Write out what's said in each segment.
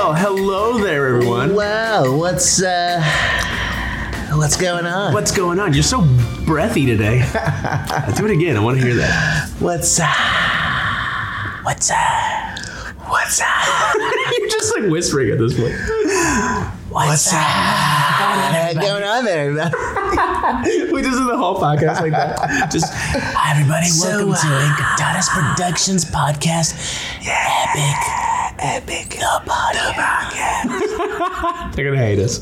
Hello there, everyone. Wow, what's uh, what's going on? What's going on? You're so breathy today. Do it again. I want to hear that. What's uh, what's uh, what's uh, You're just like whispering at this point. what's uh, going on there, everybody? We just did the whole podcast like that. Just Hi, everybody. Welcome to Incantatus Productions podcast. Yeah, epic, epic, the podcast. Uh. they're gonna hate us.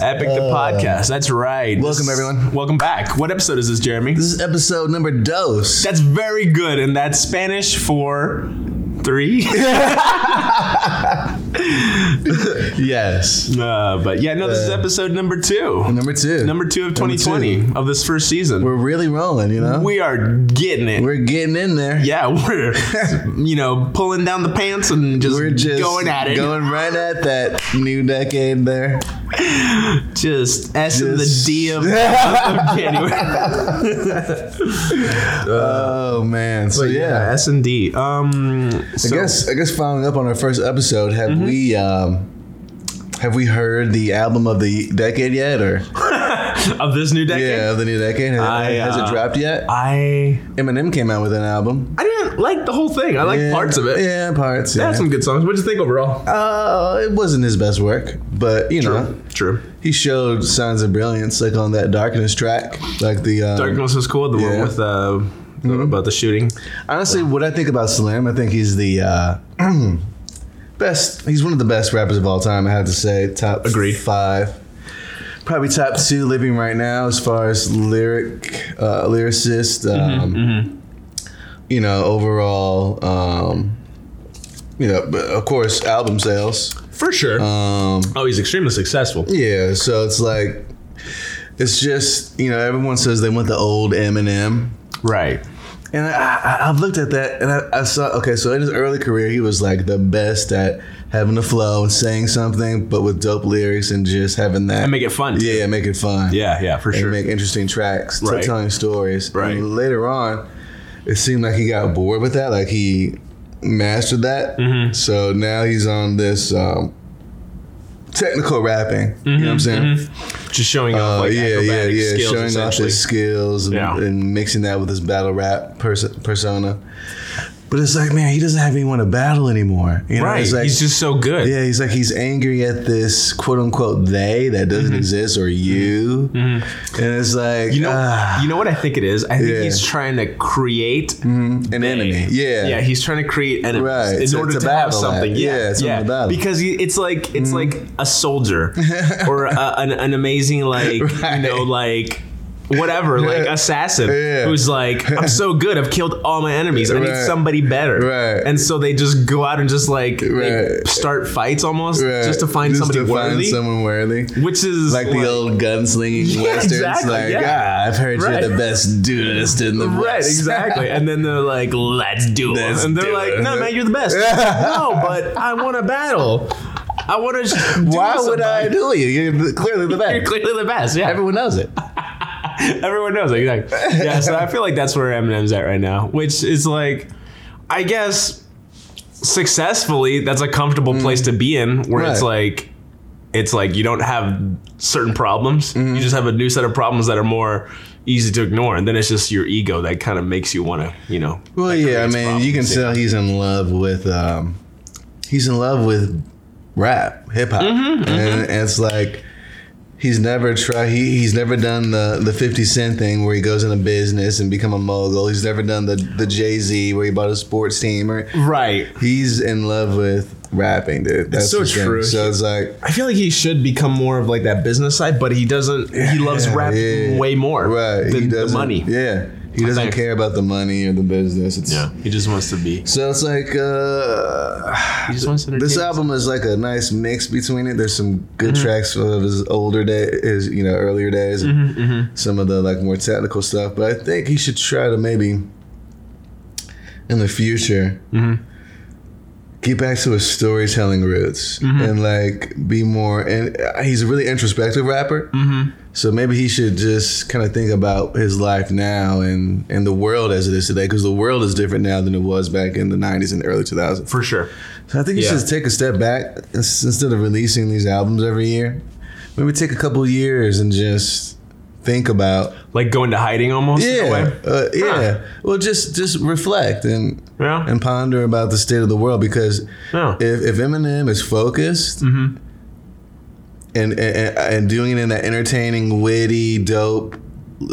Epic the podcast. That's right. Welcome, everyone. Welcome back. What episode is this, Jeremy? This is episode number dose. That's very good, and that's Spanish for three. Yes, uh, but yeah, no, this is episode number two. number two. Number two of 2020 of this first season. We're really rolling, you know. we are getting it. We're getting in there. yeah, we're you know pulling down the pants and just, We're just going at it, Going right at that new decade there. just s in the Just- d of, of January. Oh man. So yeah. s and d. Um, so, Mm-hmm. I guess I guess following up on our first episode, have we um have we heard the album of the decade yet or of this new decade, yeah, of the new decade? Has, I, has uh, it dropped yet? I Eminem came out with an album. I didn't like the whole thing. I like Yeah, parts of it. Yeah, parts. They Yeah. had some good songs. What'd you think overall? uh, it wasn't his best work, but you know, True. he showed signs of brilliance like on that Darkness track, like the um, Darkness was cool. The one yeah. Mm-hmm. with uh, the about the shooting. Honestly, what I think about Slim, I think he's the uh, best. He's one of the best rappers of all time. I have to say, top Agreed. five, probably top two living right now as far as lyric uh, lyricist. Um, You know, overall, um, you know, but of course, album sales. For sure. Um, oh, he's extremely successful. yeah, so it's like. It's just you know everyone says they want the old Eminem, Right. and I, I, I've looked at that, and I, I saw. Okay, so in his early career, he was like the best at having a flow and saying something, but with dope lyrics and just having that. And make it fun. too. yeah, make it fun. Yeah. Yeah. For and sure. make interesting tracks, t- Right. telling stories. And Right. later on, it seemed like he got bored with that. Like he mastered that. Mm-hmm. So now he's on this um, technical rapping. You know Mm-hmm. what I'm saying? Just showing off. Oh like, yeah, yeah, acrobatic yeah! Skills, Showing off essentially. his skills and, Yeah. and mixing that with his battle rap pers- persona. But it's like, man, he doesn't have anyone to battle anymore. You know, Right. It's like, he's just so good. yeah, he's like he's angry at this quote unquote they that doesn't exist or you, and it's like Mm-hmm. You know, ah, you know what I think it is. I think Yeah. he's trying to create. mm-hmm, an enemy. Yeah, yeah. He's trying to create enemies Right, in it's a- order it's a to have battle act. something. Yeah, Yeah, it's something to battle. because he, it's like it's like a soldier or a, an, an amazing like you Right. know like. Whatever, like assassin Yeah. who's like, I'm so good, I've killed all my enemies. I need Right. somebody better. Right. And so they just go out and just like they Right. start fights almost Right. just to find Just somebody to find worthy. someone worthy. which is Like the old gunslinging Yeah, westerns, exactly, like yeah. ah, I've heard Right. you're the best duelist in the Right, West. exactly. And then they're like, let's do it. Let's And they're do like, it. no, man, you're the best. no, but I want to battle. I want to. Why would I do you? You're clearly the You're best. clearly the best. Yeah, Everyone knows it. everyone knows. it, Exactly. Yeah, so I feel like that's where Eminem's at right now, which is like, I guess, successfully, that's a comfortable place Mm. to be in, where it's like, it's like you don't have certain problems. Mm-hmm. You just have a new set of problems that are more easy to ignore, and then it's just your ego that kind of makes you want to, you know, Well, yeah, I mean, you can problems, tell he's in love with um, he's in love with rap, hip hop, Mm-hmm, and, and it's like he's never tried. He, he's never done the the Fifty Cent thing where he goes into business and become a mogul. He's never done the the Jay Z where he bought a sports team. Or right. he's in love with rapping, dude. That's so the thing. true. So it's like I feel like he should become more of like that business side, but he doesn't. He loves rap yeah. way more right, than the doesn't- money. Yeah, he doesn't think. care about the money or the business. It's, Yeah, he just wants to be. So it's like uh, He just wants to. entertain this album is like a nice mix between it. There's some good tracks of his older day, his you know earlier days, and some of the like more technical stuff. But I think he should try to maybe in the future get back to his storytelling roots and like be more. And uh, he's a really introspective rapper, mm-hmm. so maybe he should just kind of think about his life now and and the world as it is today, because the world is different now than it was back in the '90s and early 2000s. for sure. So I think you Yeah. should take a step back ins- instead of releasing these albums every year. Maybe take a couple years and just think about Like go into hiding almost. in a yeah, way. uh, yeah. Well, just just reflect and Yeah. and ponder about the state of the world because Yeah. if, if Eminem is focused Mm-hmm. and, and and doing it in that entertaining, witty, dope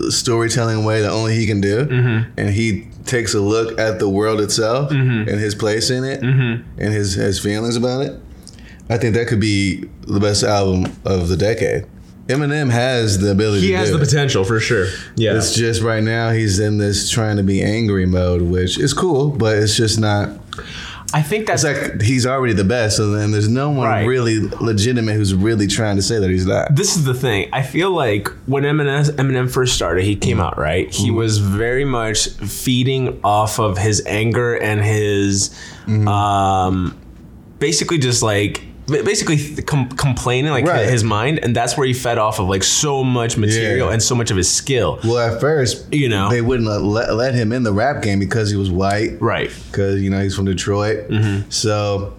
storytelling way that only he can do, Mm-hmm. and he takes a look at the world itself and his place in it Mm-hmm. and his his feelings about it, I think that could be the best album of the decade. Eminem has the ability. He to has do the it. potential for sure. Yeah. It's just right now he's in this trying to be angry mode, which is cool, but it's just not. I think that's It's like he's already the best, so then there's no one Right. really legitimate who's really trying to say that he's not. this is the thing. I feel like when Eminem, Eminem first started, he came out right. He was very much feeding off of his anger and his, um, basically just like ba- basically th- com- complaining like Right. his mind, and that's where he fed off of like so much material Yeah. and so much of his skill. Well, at first, You know. they wouldn't let, let him in the rap game because he was white, Right. because you know he's from Detroit. Mm-hmm. So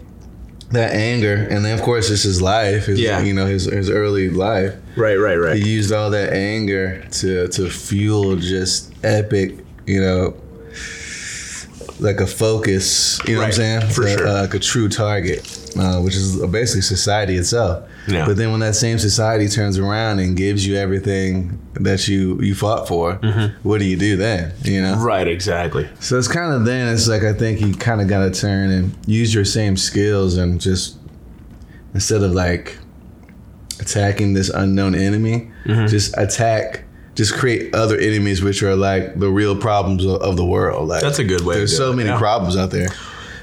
that anger, and then of course it's his life, his, Yeah. you know his his early life. Right. Right. Right. He used all that anger to to fuel just epic, you know, like a focus. You know what I'm Right, saying? for Like- sure. like a true target, uh, which is basically society itself. Yeah. But then when that same society turns around and gives you everything that you you fought for, Mm-hmm. what do you do then? You know. Right. Exactly. So it's kind of then it's like I think you kind of got to turn and use your same skills and just instead of like attacking this unknown enemy, Mm-hmm. just attack, just create other enemies which are like the real problems of, of the world. Like That's a good way to There's do so it, many yeah. problems out there.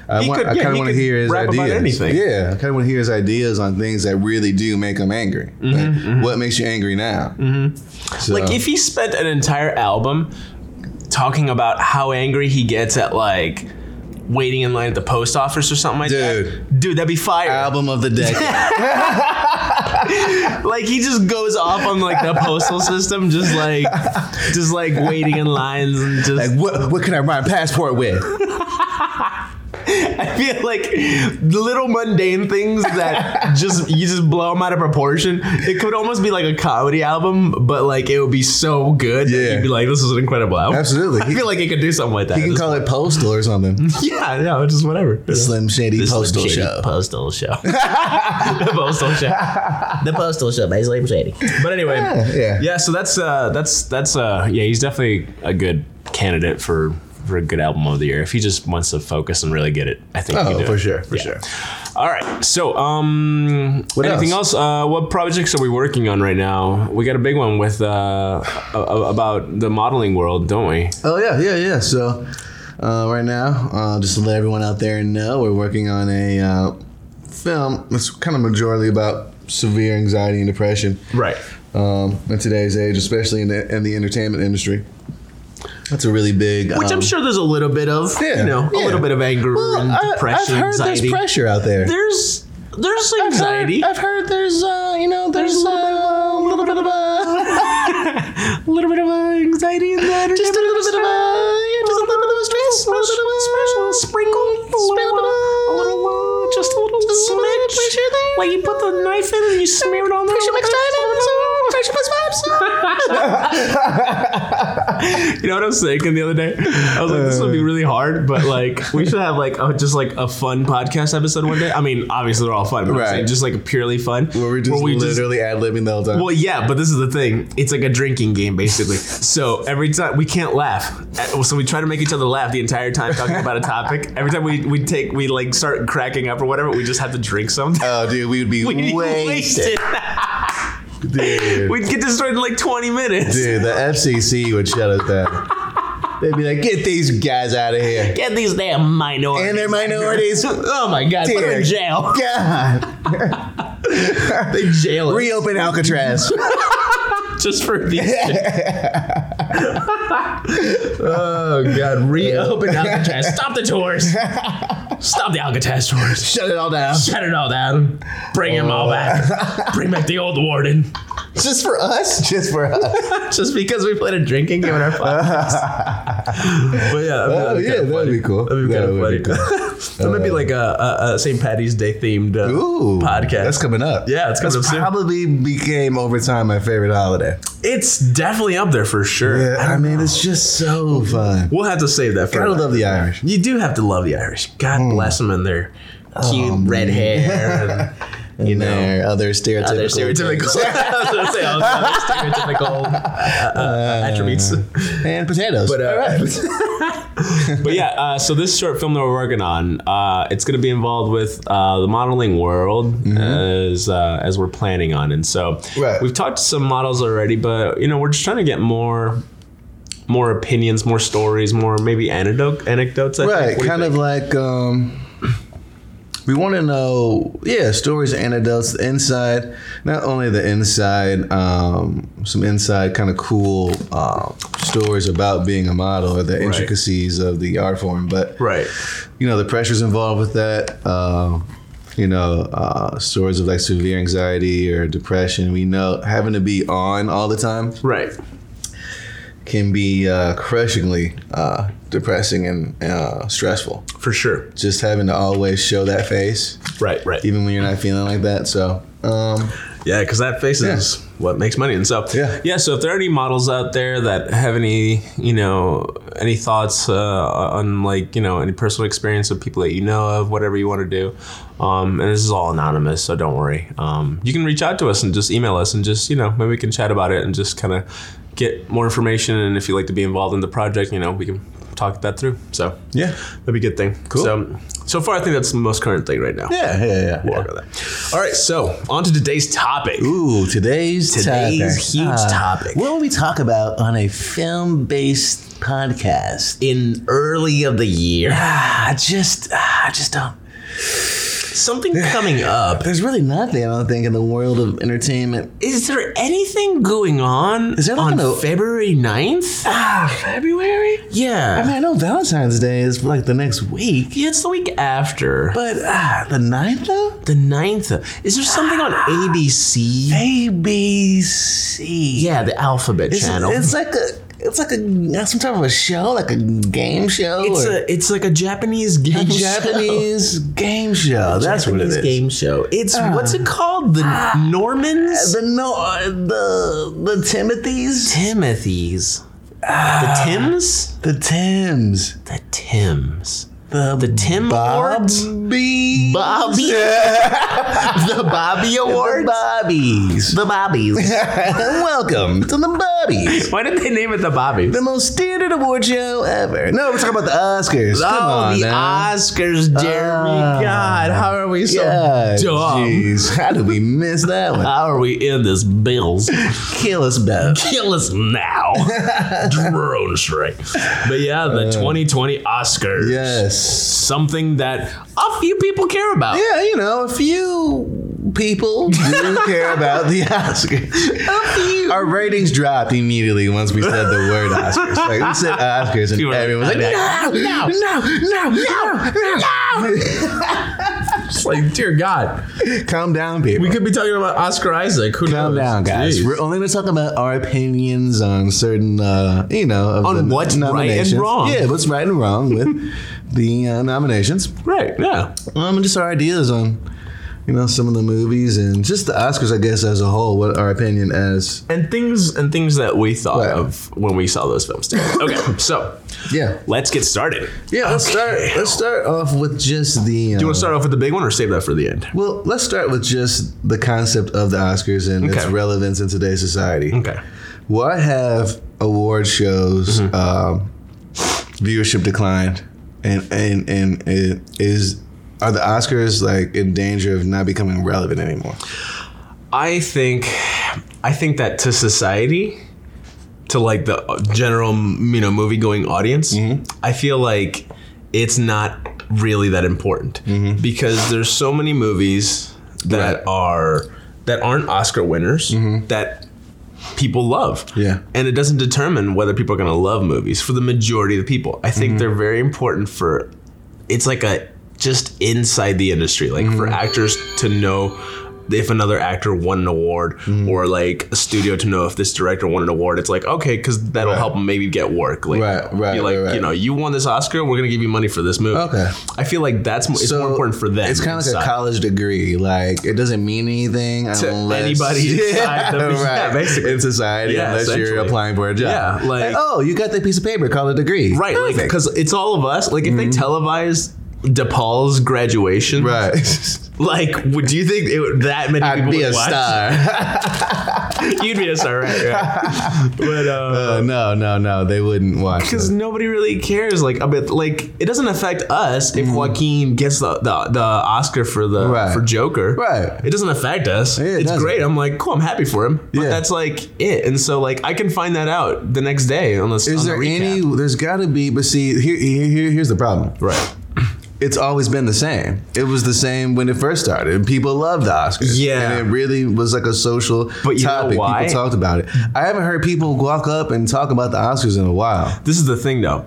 I, He want, could- I yeah, kind of he want to could hear his rap about ideas. anything. Yeah, I kind of want to hear his ideas on things that really do make him angry. Like, What makes you angry now? So- Mm-hmm, Like if he spent an entire album talking about how angry he gets at like waiting in line at the post office or something like that. Dude. Dude, that'd be fire. album of the decade. Like he just goes off on like the postal system, just like just like waiting in lines and just like what? What can I rhyme passport with? I feel like little mundane things that just you just blow them out of proportion. It could almost be like a comedy album, but like it would be so good that Yeah. you'd be like, this is an incredible album. Absolutely. I He- feel like it could do something like that. You can call it postal or something. Yeah, yeah, just whatever. Slim Shady The Slim Postal Shady Show. Postal show. the postal show. The postal show by Slim Shady. But anyway, yeah. yeah. So that's uh, that's that's uh, yeah. He's definitely a good candidate for for a good album of the year if he just wants to focus and really get it. I think. he can oh, do for it. sure, for Yeah. sure. All right. So, um, What anything else? Uh, what projects are we working on right now? We got a big one with uh, a- a- about the modeling world, don't we? Oh yeah, yeah, yeah. So uh, right now, uh, just to let everyone out there know, we're working on a uh, film that's kind of majorly about severe anxiety and depression Right. um, in today's age, especially in the, in the entertainment industry. That's a really big. Which I'm um, sure there's a little bit of, Yeah, you know, a yeah. little bit of anger Well, and I, depression, I've heard anxiety. there's pressure out there. There's there's anxiety, I've heard, I've heard there's uh, you know there's uh, a little bit of a a little bit of anxiety in that, just a little bit of a you know, a little bit of stress, a little sprinkle, a little, Mm, a little, uh, just a little smidge. pressure there. Like you put the knife in and you smear it on the pressure uh, uh. You know what I was thinking the other day? I was like, this would be really hard, but like, we should have like a, just like a fun podcast episode one day. I mean, obviously they're all fun, but I'm Right. saying just like purely fun. Where we just we just- literally ad libbing the whole time. well, yeah, but this is the thing. It's like a drinking game, basically. So every time we can't laugh, Uh, so we try to make each other laugh the entire time talking about a topic. Every time we, we take we like start cracking up or whatever, we just have to drink something. oh, dude, we would be wasted. Wasted. Dude. We'd get destroyed in like twenty minutes. dude, the FCC would shut us down. They'd be like, get these guys out of here. Get these damn minorities. And they're minorities. oh my god, put them Dear in jail. God. They jail us Reopen Alcatraz. just for these. oh god, reopen Alcatraz. Stop the tours. Stop the Alcatraz Shut it all down. Shut it all down. Bring him all back. Bring back the old warden. Just for us. Just for us. Just because we played a drinking game in our podcast. but yeah, I mean, Oh, that'd be yeah, kinda that'd funny. be cool. That'd be That kind of would funny. be that might be like a, a, a St. Patty's Day themed uh, Ooh. podcast. That's coming up. Yeah, it's coming That's up soon. probably became over time my favorite holiday. it's definitely up there for sure. Yeah, I, mean, it's just so fun. We'll have to save that for. I another- love Hmm. the Irish. You do have to love the Irish. God bless them and their cute red hair. And, you Oh, And know. their other stereotypical. Other stereotypical. I was gonna say all the other stereotypical uh, uh, attributes. and potatoes. But, uh, All right. But yeah, uh, so this short film that we're working on, uh, it's going to be involved with uh, the modeling world as uh, as we're planning on, and so Mm-hmm. Right. we've talked to some models already, but you know we're just trying to get more more opinions, more stories, more maybe anecdote anecdotes. I right think. What do you kind think? of like um we want to know yeah stories anecdotes the inside not only the inside um some inside kind of cool uh, stories about being a model or the intricacies of the art form but right. you know the pressures involved with that um you know uh, stories of like severe anxiety or depression we know having to be on all the time Right. can be uh, crushingly uh, depressing and uh, stressful For sure. just having to always show that face, Right. Right. even when you're not feeling like that. So, um, Yeah, because that face is what makes money. And so, Yeah. yeah. So, if there are any models out there that have any, you know, any thoughts uh, on like, you know, any personal experience of people that you know of, whatever you want to do, um, and this is all anonymous, so don't worry. Um, you can reach out to us and just email us and just, you know, maybe we can chat about it and just kind of get more information. And if you'd like to be involved in the project, you know, we can talk that through. So, yeah, that'd be a good thing. Cool. So, so far, I think that's the most current thing right now. yeah, yeah, yeah. We'll work on that. All right. So, on to today's topic. Ooh, today's Today's topic. Uh, huge topic. What will we talk about on a film-based podcast? in early of the year. Ah, I just, ah, I just don't. Something coming up. There's really nothing I don't think in the world of entertainment. Is there anything going on Is there like on an- February 9th? Ah, February. Yeah. I mean, I know Valentine's Day is like the next week, yeah, it's the week after. but ah, the ninth though. the 9th. Is there something on Ah. ABC? ABC. Yeah, the Alphabet It's- Channel. It's like a it's like a uh, some type of a show, like a game show. It's or a it's like a Japanese game a show. Japanese game show. That's what it Japanese is. game show. It's what's it called? The Normans? Ah. The no, uh, the the Timothy's, Timothy's. Ah. the Tims? the Tims, The Tims. the The Tim Awards? Bobby, Bobby. the Bobby the Awards. Bobbies. The Bobbies. Welcome to the Bobbies, Why did they name it the Bobbies? the most standard award show ever. No, we're talking about the Oscars. oh, Come on the now. Oscars, Jeremy. Ah. God, how are we so God, dumb? jeez. How did we miss that one? How are we in this Bills? Kill us both. Kill us now. Drone strike. But yeah, the 2020 Oscars. Uh, Yes. Something that a few people care about. Yeah, you know, a few people do care about the Oscars. A few. Our ratings dropped immediately once we said the word Oscars. Like we said Oscars, People and were like, everyone was like, "No, "No, no, no, no, It's like, dear God. no!" Calm down, people. We could be talking about Oscar Isaac. Who Calm knows? down, guys. Jeez. We're only going to talk about our opinions on certain, uh, you know, of On the what's right and nominations. wrong. Yeah, what's right and wrong with the uh, nominations. right, yeah. Um, and just our ideas on, you know, some of the movies and just the Oscars, I guess, as a whole. What our opinion as and things and things that we thought Right. of when we saw those films. together. okay, so yeah, let's get started. yeah. Let's start. Let's start off with just the. Uh, You want to start off with the big one or save that for the end? Well, let's start with just the concept of the Oscars and its Okay. relevance in today's society. Okay. Why have award shows Mm-hmm. um, viewership declined, and and and it is are the Oscars like in danger of not becoming relevant anymore? I think I think that to society, to like the uh, general you know movie going audience, Mm-hmm. I feel like it's not really that important because there's so many movies that Mm-hmm. Right. Mm-hmm. are that aren't Oscar winners that people love. Yeah. And it doesn't determine whether people are Mm-hmm. going to love movies for the majority of the people. I think they're very important for it's like a just inside the industry, like for Mm-hmm. actors to know if another actor won an award Mm-hmm. or like a studio to know if this director won an award. It's like okay, because that'll help 'em help maybe get work. Like, Right, right, be like right, right. you know, you won this Oscar, we're gonna give you money for this movie. Okay. I feel like that's mo- it's more important for them. It's kind of like inside. a college degree. Like it doesn't mean anything to unless anybody inside the- yeah, right. basically. in society, Yeah, unless you're essentially. applying for a job. Yeah, like- oh, you got that piece of paper called a degree, right? Like Perfect. Mm-hmm. because it's all of us. Like if they televised DePaul's graduation, right. Like, would do you think it, would- that many I'd people be would a watch? star. You'd be a star, right? right. but uh, Uh, no, no, no. They wouldn't watch. because it. nobody really cares. Like, a bit, like it doesn't affect us if Joaquin gets the, the, the Oscar for the Right. for Joker. Right. It doesn't affect us. it it's doesn't. great. I'm like, cool. I'm happy for him. But Yeah. that's like it. And so, like, I can find that out the next day. Unless Is on there the recap. any? There's got to be. But see, here, here, here- here's the problem. right? It's always been the same. It was the same when it first started. People loved the Oscars. Yeah. and it really was like a social But you know topic. why? People talked about it. I haven't heard people walk up and talk about the Oscars in a while. This is the thing, though.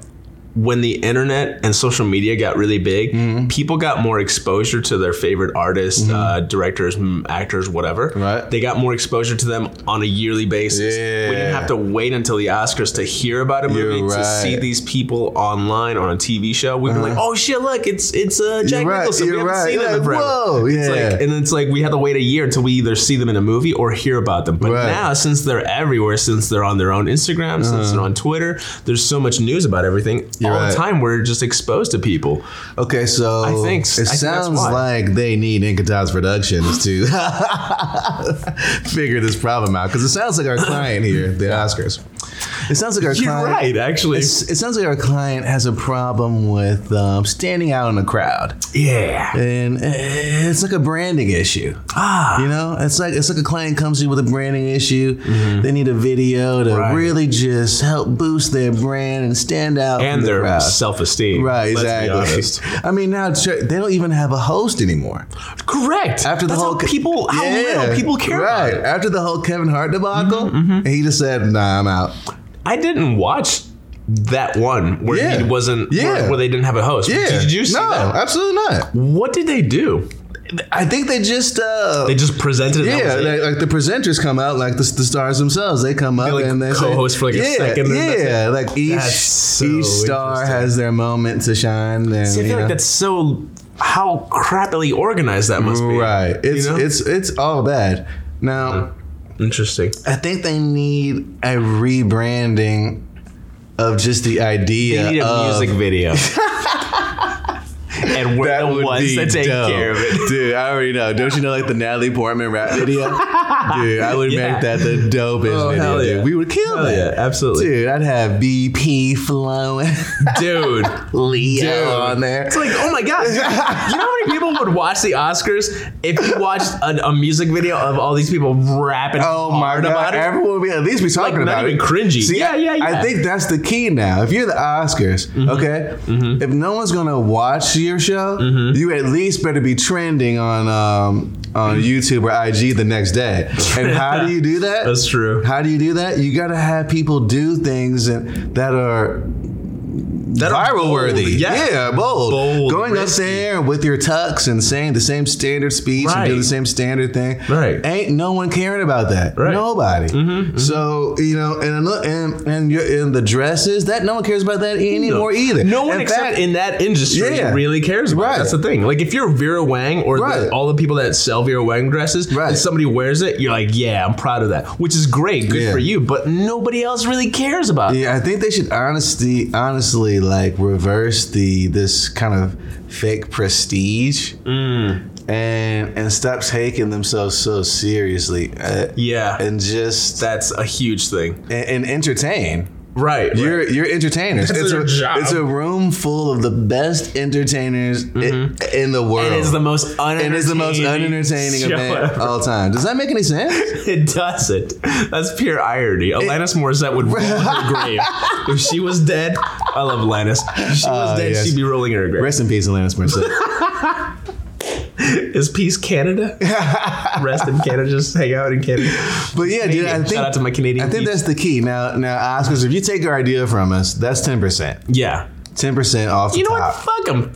When the internet and social media got really big, Mm-hmm. people got more exposure to their favorite artists, uh, directors, m- actors, whatever. Right. They got more exposure to them on a yearly basis. We didn't Yeah. have to wait until the Oscars to hear about a movie You're to see right. Uh-huh. these people online on a TV show. We'd be like, "Oh shit, look, it's it's uh, Jack You're right, Nicholson. We you're haven't right. seen You're him in like, forever." "Whoa, It's yeah." like- and it's like we had to wait a year until we either see them in a movie or hear about them. But Right. now, Uh, since they're everywhere, since they're on their own Instagram, since they're on Twitter, there's so much news about everything all Uh-huh. right. the time. We're just exposed to people. Okay, so I think- I it think that's sounds why. like they need Inkataz Productions to figure this problem out because it sounds like our client here, the Oscars. It sounds like our You're client. right, actually. It's- It sounds like our client has a problem with um, standing out in a crowd, yeah. and eh, it's like a branding issue. Ah. You know, it's like it's like a client comes to you with a branding issue. They need a video to Mm-hmm. Right. really just help boost their brand and stand out from And the their crowd. self-esteem. Right, let's be honest. exactly. I mean, now tr- they don't even have a host anymore. Correct. After the That's whole how Ke- people, how little people care. About Right it. Mm-hmm, after the whole Kevin Hart debacle, he just said, "Nah, I'm out." I didn't watch that one where Yeah. he wasn't. Yeah. Where, where they didn't have a host. Yeah, Did you see no, that? absolutely not. What did they do? I think they just uh, They just presented. it and that yeah, was it? like, like the presenters come out, like the, the stars themselves, they come up like, and they co-host say, for, like, a yeah, second, and that's Yeah, like each That's so each star interesting. has their moment to shine. And, See, I you feel know. like that's so how crappily organized that must be. right. It's you know? Uh-huh. it's it's all bad. Now. Interesting. I think they need a rebranding of just the idea. They need a of, music video. and we're the would ones be that take dope. care of it. Dude, I already know. Don't you know like the Natalie Portman rap video? Dude, I would Yeah. make that the dopest Oh, video. hell yeah. Dude. We would kill Hell that. yeah, absolutely. Dude, I'd have BP flowing. Dude. Leo Dude. on there. It's like, oh my god! You know how many people would watch the Oscars if you watched a, a music video of all these people rapping Oh my hard god! about it? Everyone would be at least be talking not about even it. cringy. See, Yeah, yeah, yeah. Mm-hmm. I think that's the key now. If you're the Oscars, okay, if no one's gonna watch your show, Mm-hmm. you at least better be trending on um, on YouTube or IG the next day. And how do you do that? That's true. How do you do that? You gotta have people do things and, that are That are viral bold. worthy. Yeah. bold. Bold, Going risky. up there with your tux and saying the same standard speech and doing Right. the same standard thing. Right. Ain't no one caring about that. Right. Mm-hmm, Nobody. So you know, and ano- and and, your, and the dresses that no one cares about that anymore either. No one In except fact, in that industry Yeah. really cares about. it. Right. That's the thing. Like if you're Vera Wang or the- Right. all the people that sell Vera Wang dresses, Right. and somebody wears it, you're like, yeah, I'm proud of that, which is great, good Yeah. for you. But nobody else really cares about. it. Yeah, I think they should honestly, honestly, like reverse the this kind of fake prestige, Mm. and and stop taking themselves so seriously, uh, Yeah, and just that's a huge thing. and, and entertain. Right. right. You're you're entertainers. That's it's their a job. it's a room full of the best entertainers i- in, the Mm-hmm. world. And it's the most unentertaining. And it's the most unentertaining show event ever. of all time. Does that make any sense? It doesn't. That's pure irony. Alanis Morissette would roll in her grave if she was dead. I love Alanis. If she was Oh, dead, yes. she'd be rolling in her grave. Rest in peace, Alanis Morissette. Is peace Canada? Rest in Canada. Just hang out in Canada. but yeah, dude, I Canadian. think Shout out to my Canadian I think peeps. that's the key. Now, now, Oscars, if you take our idea from us, that's ten percent. Yeah. ten percent off the You know what? top. Fuck them.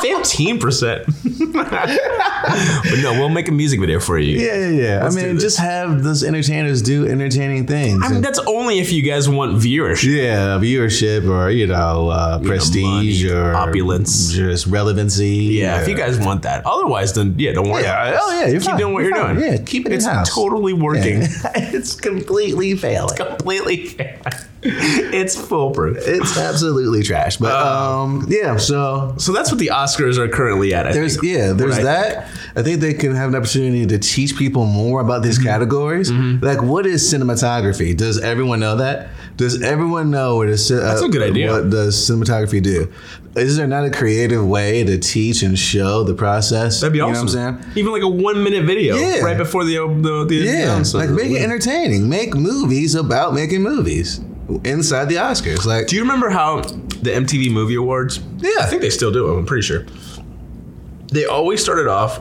Fifteen percent. Fifteen percent. But no, we'll make a music video for you. Yeah, yeah, yeah. Let's I do mean, this. just have those entertainers do entertaining things. I mean, And- that's only if you guys want viewership. yeah, viewership or you know, uh, prestige money, or opulence. just relevancy. Yeah, if you guys want that. Otherwise, then yeah, don't worry. about Yeah, it. oh yeah, you're keep doing what you're doing. Yeah, keep it It's in house. totally working. it's completely failing. Completely fair. it's foolproof. It's absolutely trash. But Uh, um, yeah, so So that's what the Oscars are currently at. I there's think. yeah, there's Right. that. I think they can have an opportunity to teach people more about Mm-hmm. these categories. Like, what is cinematography? Does everyone know that? Does everyone know what is? That's a good idea. What does cinematography do? Is there not a creative way to teach and show the process? That'd be you awesome. Know what I'm saying? Even like a one minute video Yeah. right before the the, the Yeah, announcement. like make it entertaining. Make movies about making movies inside the Oscars. Like, Do you remember how the MTV Movie Awards? Yeah. I think they still do. I'm pretty sure. They always started off,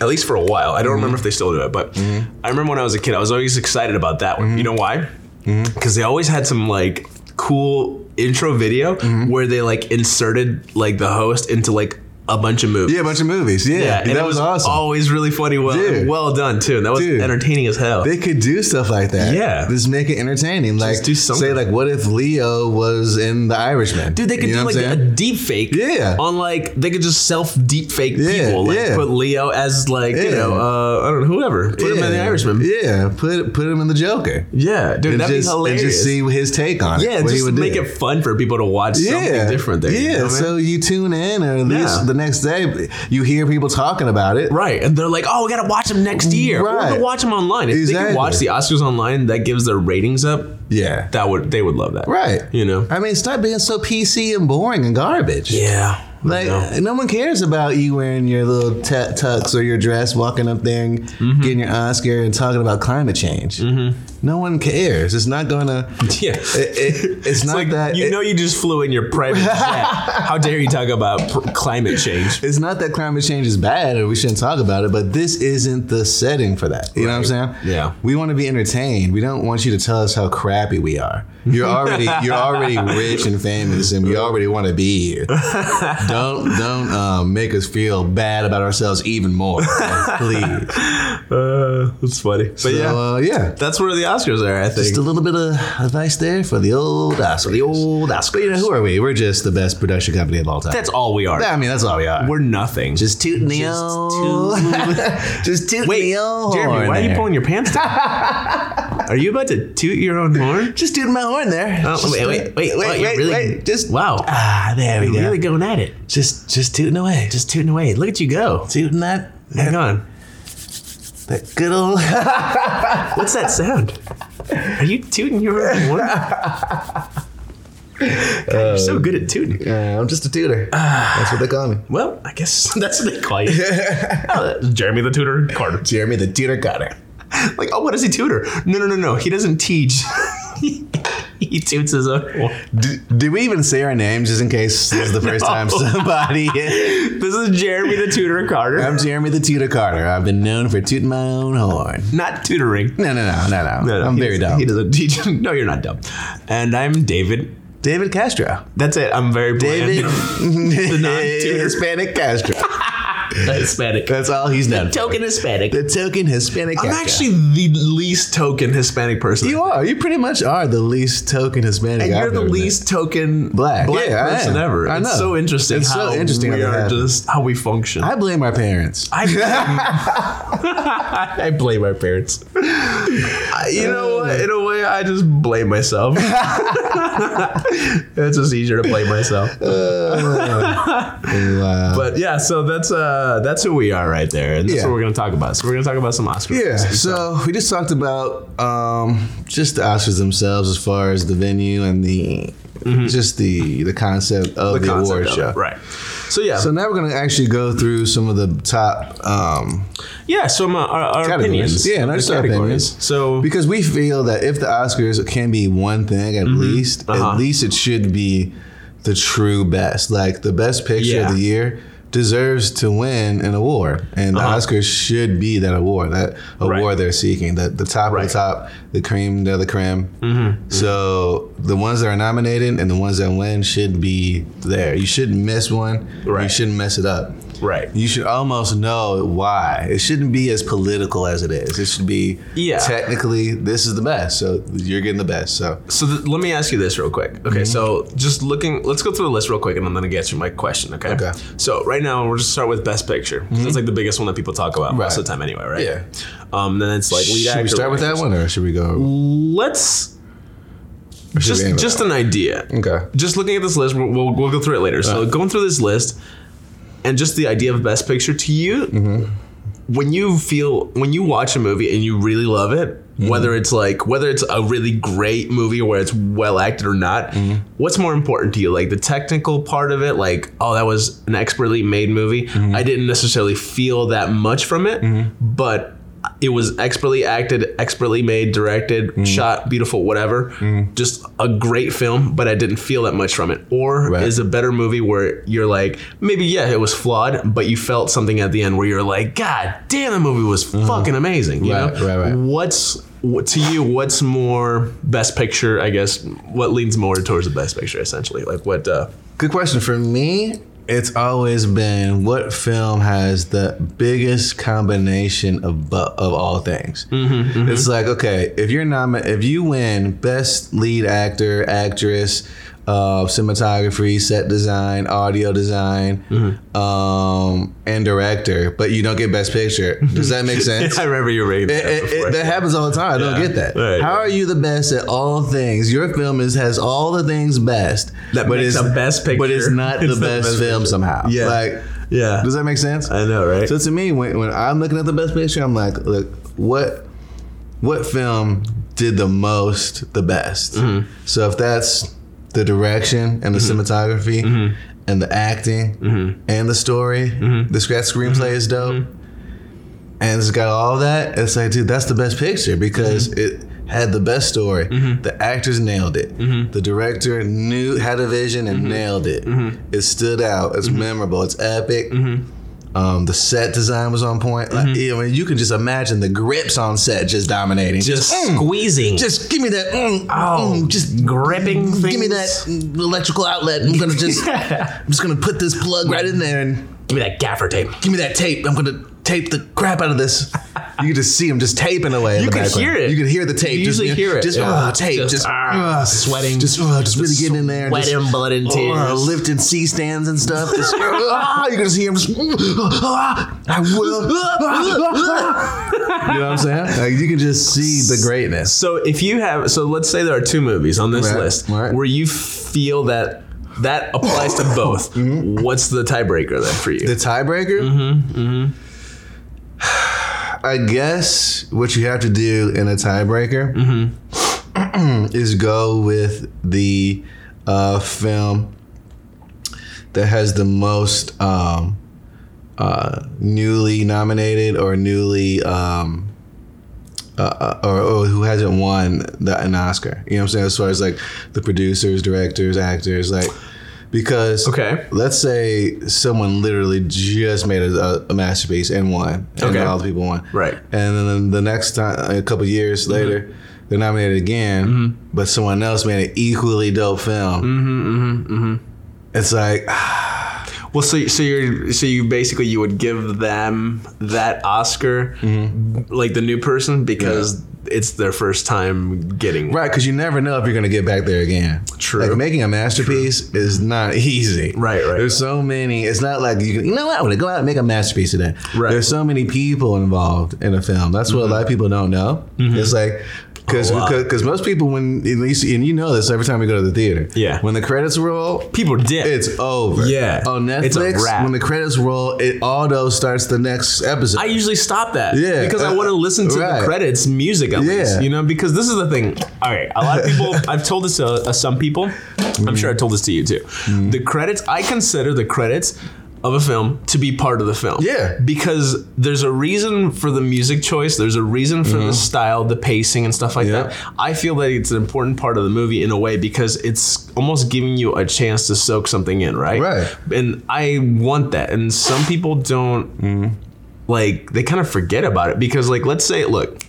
at least for a while. I don't Mm-hmm. remember if they still do it, but I remember when I was a kid, I was always excited about that one. You know why? Mm-hmm. Because they always had some like cool intro video Mm-hmm. where they like inserted like the host into like a bunch of movies. yeah, a bunch of movies. Yeah, Yeah, and that it was, awesome. Always really funny. Well, Dude. well done too. And that was Dude. entertaining as hell. They could do stuff like that. Yeah. Just make it entertaining. Like do something. say like what if Leo was in the Irishman? Dude, they could You know do what like I'm a saying? deep fake. Yeah. On like they could just self deep fake Yeah, people. Like yeah. put Leo as like, you Yeah. know, uh, I don't know, whoever. Put him in the Yeah. Irishman. Yeah, Yeah. Put put him in the Joker. dude, And that'd just, be hilarious. And just see his take on it. yeah, what he just would make do. it fun for people to watch something different there. Yeah, you know what I mean? so you tune in, or at least Yeah. the next day you hear people talking about it. Right, and they're like, "Oh, we gotta watch them next year. Or we Right. can watch them online. If they can Exactly. watch the Oscars online, that gives their ratings up. Yeah, That would they would love that. right. You know. I mean, stop being so PC and boring and garbage. Yeah. Like uh, No. no. one cares about you wearing your little t- tux or your dress, walking up there and Mm-hmm. getting your Oscar and talking about climate change. No one cares. It's not gonna. Yeah. It, it, it's, not like that. you it- know you just flew in your private jet. How dare you talk about pr- climate change? it's not that climate change is bad or we shouldn't talk about it, but this isn't the setting for that. You know what I'm saying? Yeah. We want to be entertained. We don't want you to tell us how crappy we are. You're already you're already rich and famous, and we already want to be here. Don't don't um, make us feel bad about ourselves even more, Like, please. Uh, that's funny. But So, yeah, uh, yeah. that's where the Oscars are. I think. Just a little bit of advice there for the old Oscars. The old Oscars. But you know, who are we? We're just the best production company of all time. that's all we are. I mean, that's all we are. We're nothing. just tooting the old. just tooting Wait, the old Jeremy, horn. why are you there. pulling your pants down? are you about to toot your own horn? Just tooting my horn there. Oh, Just- uh, wait, wait, wait, wait, oh, you're wait, really- wait. Just Wow, ah, there we Oh. you're go. really going at it. Just, just tooting away. Just Just tooting away. Look at you go. tooting that, Hang on. that good old. What's that sound? Are you tooting your own horn? God, you're so good at tooting. Uh, I'm just a tutor. that's what they call me. Well, I guess that's what they call you. Oh, that's Jeremy the Tutor Carter. Jeremy the tutor cutter. Like, oh, what does he tutor? No, no, no, no. He doesn't teach. he toots his own. horn. Do, do we even say our names just in case this is the first No. time somebody? This is Jeremy the Tutor Carter. I'm Jeremy the Tutor Carter. I've been known for tooting my own horn. not tutoring. No, no, no, no, no. I'm he very doesn't- dumb. He doesn't teach. No, you're not dumb. And I'm David. David Castro. That's it. I'm very bland. David non-tutor. Hispanic Castro. Hispanic. That's all he's done. Token Hispanic. The token Hispanic I'm Castro. actually the least token Hispanic person. You are. You pretty much are the least token Hispanic. And you're I've the ever met. least token Black. Yeah, I person am. ever. I It's know. so interesting. It's so how interesting We how that are happened. just how we function. I blame our parents. I blame, I blame my parents. I- you know what? In a way, I just blame myself. it's just easier to blame myself. Oh, Wow. But yeah, so that's uh that's who we are right there, and that's Yeah. what we're gonna talk about. So we're gonna talk about some Oscars. Yeah, so we just talked about um, just the Oscars themselves, as far as the venue and the just the the concept of the, Mm-hmm. Concept award of it. show. right? So yeah, So now we're gonna actually go through some of the top um, yeah. So my, our, our Categories. opinions, Yeah, and of I the just our categories. opinions. So because we feel that if the Oscars can be one thing at least, Uh-huh. at least it should be the true best, like the best picture Yeah. of the year. deserves to win an award, and Uh-huh. the Oscars should be that award, that Right. award they're seeking, that the top Right. Mm-hmm. of the top, the cream of the creme. So the ones that are nominated and the ones that win should be there. You shouldn't miss one. You Right. shouldn't mess it up. Right. You should almost know why. It shouldn't be as political as it is. It should be Yeah. technically this is the best, so you're getting the best. So So th- let me ask you this real quick. Okay, Mm-hmm. so just looking, let's go through the list real quick, and I'm gonna get you my question. Okay. Okay. Mm-hmm. So right now we're just start with best picture. 'cause That's like the biggest one that people talk about most Right. of the time, anyway, right? Yeah. Um, then it's like lead should actor. we start with that one or should we go? Let's should we aim just it just an idea. Okay. Just looking at this list, we'll we'll, we'll go through it later. So going through this list, and just the idea of best picture to you, when you feel when you watch a movie and you really love it whether it's like whether it's a really great movie or where it's well acted or not what's more important to you like the technical part of it like oh that was an expertly made movie i didn't necessarily feel that much from it but it was expertly acted expertly made directed shot beautiful whatever just a great film but i didn't feel that much from it or Right. is a better movie where you're like, maybe yeah, it was flawed, but you felt something at the end where you're like, God damn, the movie was fucking amazing. You Mm-hmm. Right, know, right, right. what's what, to you? What's more best picture? I guess what leans more towards the best picture, essentially. Like what? Uh, Good question. For me, it's always been what film has the biggest combination of bu- of all things. It's like okay, if you're nomi- if you win best lead actor, actress, uh, cinematography, set design, audio design, um, and director, but you don't get best picture. Does that make sense? I remember you rating It- that it- before. it- that happens all the time. I don't Yeah. get that. Right, How right. are you the best at all things? Your film is has all the things best. That makes it's a best But it's picture. not the It's the best best film somehow. Yeah. Like, yeah, does that make sense? I know, right? So to me, when, when I'm looking at the best picture, I'm like, look, what what film did the most, the best? Mm-hmm. So if that's the direction and the cinematography Mm-hmm. and the acting and the story, the scratch screenplay is dope, and it's got all that. It's like, dude, that's the best picture because Mm-hmm. it. Had the best story. The actors nailed it. Mm-hmm. The director knew had a vision and nailed it. Mm-hmm. It stood out. It's memorable. It's epic. Mm-hmm. Um, the set design was on point. Like, I mean, you can just imagine the grips on set just dominating. just mm, squeezing, just give me that. Mm, Oh, mm, just gripping Give me things. that mm, electrical outlet. I'm gonna just, I'm just gonna put this plug right in there and give me that gaffer tape. give me that tape. I'm gonna tape the crap out of this. You can just see him just taping away. You could hear it. You could hear the tape. You just, usually hear it, Just yeah. oh, tape. Just, Just, ah, ah, sweating. Just, ah, just really getting in there. Wet just, and blood and tears. Oh, lifting C stands and stuff. It's- ah, you can just hear him. Just, ah, I will. ah, ah. you know what I'm saying? Like you can just see the greatness. So if you have, so let's say there are two movies on this Right, list right. where you feel that that applies to both. What's the tiebreaker then for you? The tiebreaker. I guess what you have to do in a tiebreaker is go with the uh, film that has the most um, uh, newly nominated or newly um, uh, or, or who hasn't won the, an Oscar. You know what I'm saying? As far as like the producers, directors, actors, like because Okay. let's say someone literally just made a, a masterpiece and won, and Okay. all the people won, Right. and then the next time, a couple years later, they're nominated again, but someone else made an equally dope film. Mm-hmm, mm-hmm. It's like Well, so so you're so you basically you would give them that Oscar, like the new person, because it's their first time getting one. Right, because you never know if you're gonna get back there again. True. Like making a masterpiece is not easy. Right, right. There's so many. It's not like you. Can, you know what? I'm gonna go out and make a masterpiece today. Right. Mm-hmm. There's so many people involved in a film. That's what a lot of people don't know. It's like. Because A lot. because most people when at least and you know this every time we go to the theater Yeah. when the credits roll People dip. it's over Yeah. on Netflix It's a wrap. when the credits roll it auto starts the next episode I usually stop that. Yeah. Because I want to listen to Right. the credits music at Yeah. least. You know, because this is the thing. All right. A lot of people, I've told this to Mm-hmm. uh, some people. I'm sure I told this to you too. The credits, I consider the credits of a film to be part of the film. Yeah. Because there's a reason for the music choice, there's a reason for the style, the pacing, and stuff like Mm-hmm. Yeah. that. I feel that it's an important part of the movie in a way because it's almost giving you a chance to soak something in, right? Right. And I want that. And some people don't, like, they kind of forget about it because, like, let's say, look,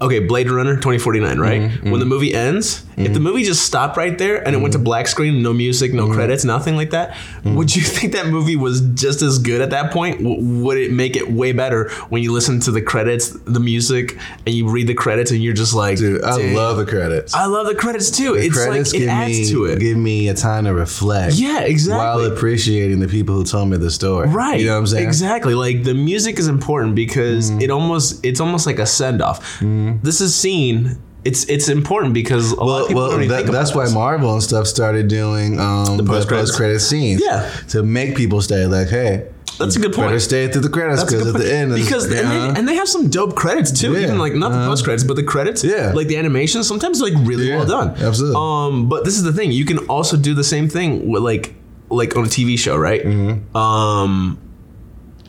okay, Blade Runner 2049, right? Mm-hmm, When the movie ends, if the movie just stopped right there and it went to black screen, no music, Mm-hmm. no credits, nothing like that, would you think that movie was just as good at that point? W- would it make it way better when you listen to the credits, the music, and you read the credits and you're just like, Dude, I "Dang, love the credits. I love the credits too. it's credits like it give adds me to it. give me a time to reflect. yeah, exactly. While appreciating the people who told me the story. Right. You know what I'm saying? Mm. Exactly. Like the music is important because it almost it's almost like a send off. This is seen. It's it's important because a lot of people Well, don't even that, think about that's why this. Marvel and stuff started doing um, the post-credits. post credit scenes. Yeah. To make people stay like, hey, That's a good point. better stay through the credits That's a because at good the uh, point. end, it's- because and, yeah. they, and they have some dope credits too. uh-huh. Yeah. uh-huh. Even like not the post credits, but the credits. Yeah. like the animations sometimes like really Yeah, well done. absolutely. Um, but this is the thing. You can also do the same thing with like like on a TV show, right? Mm-hmm. Um,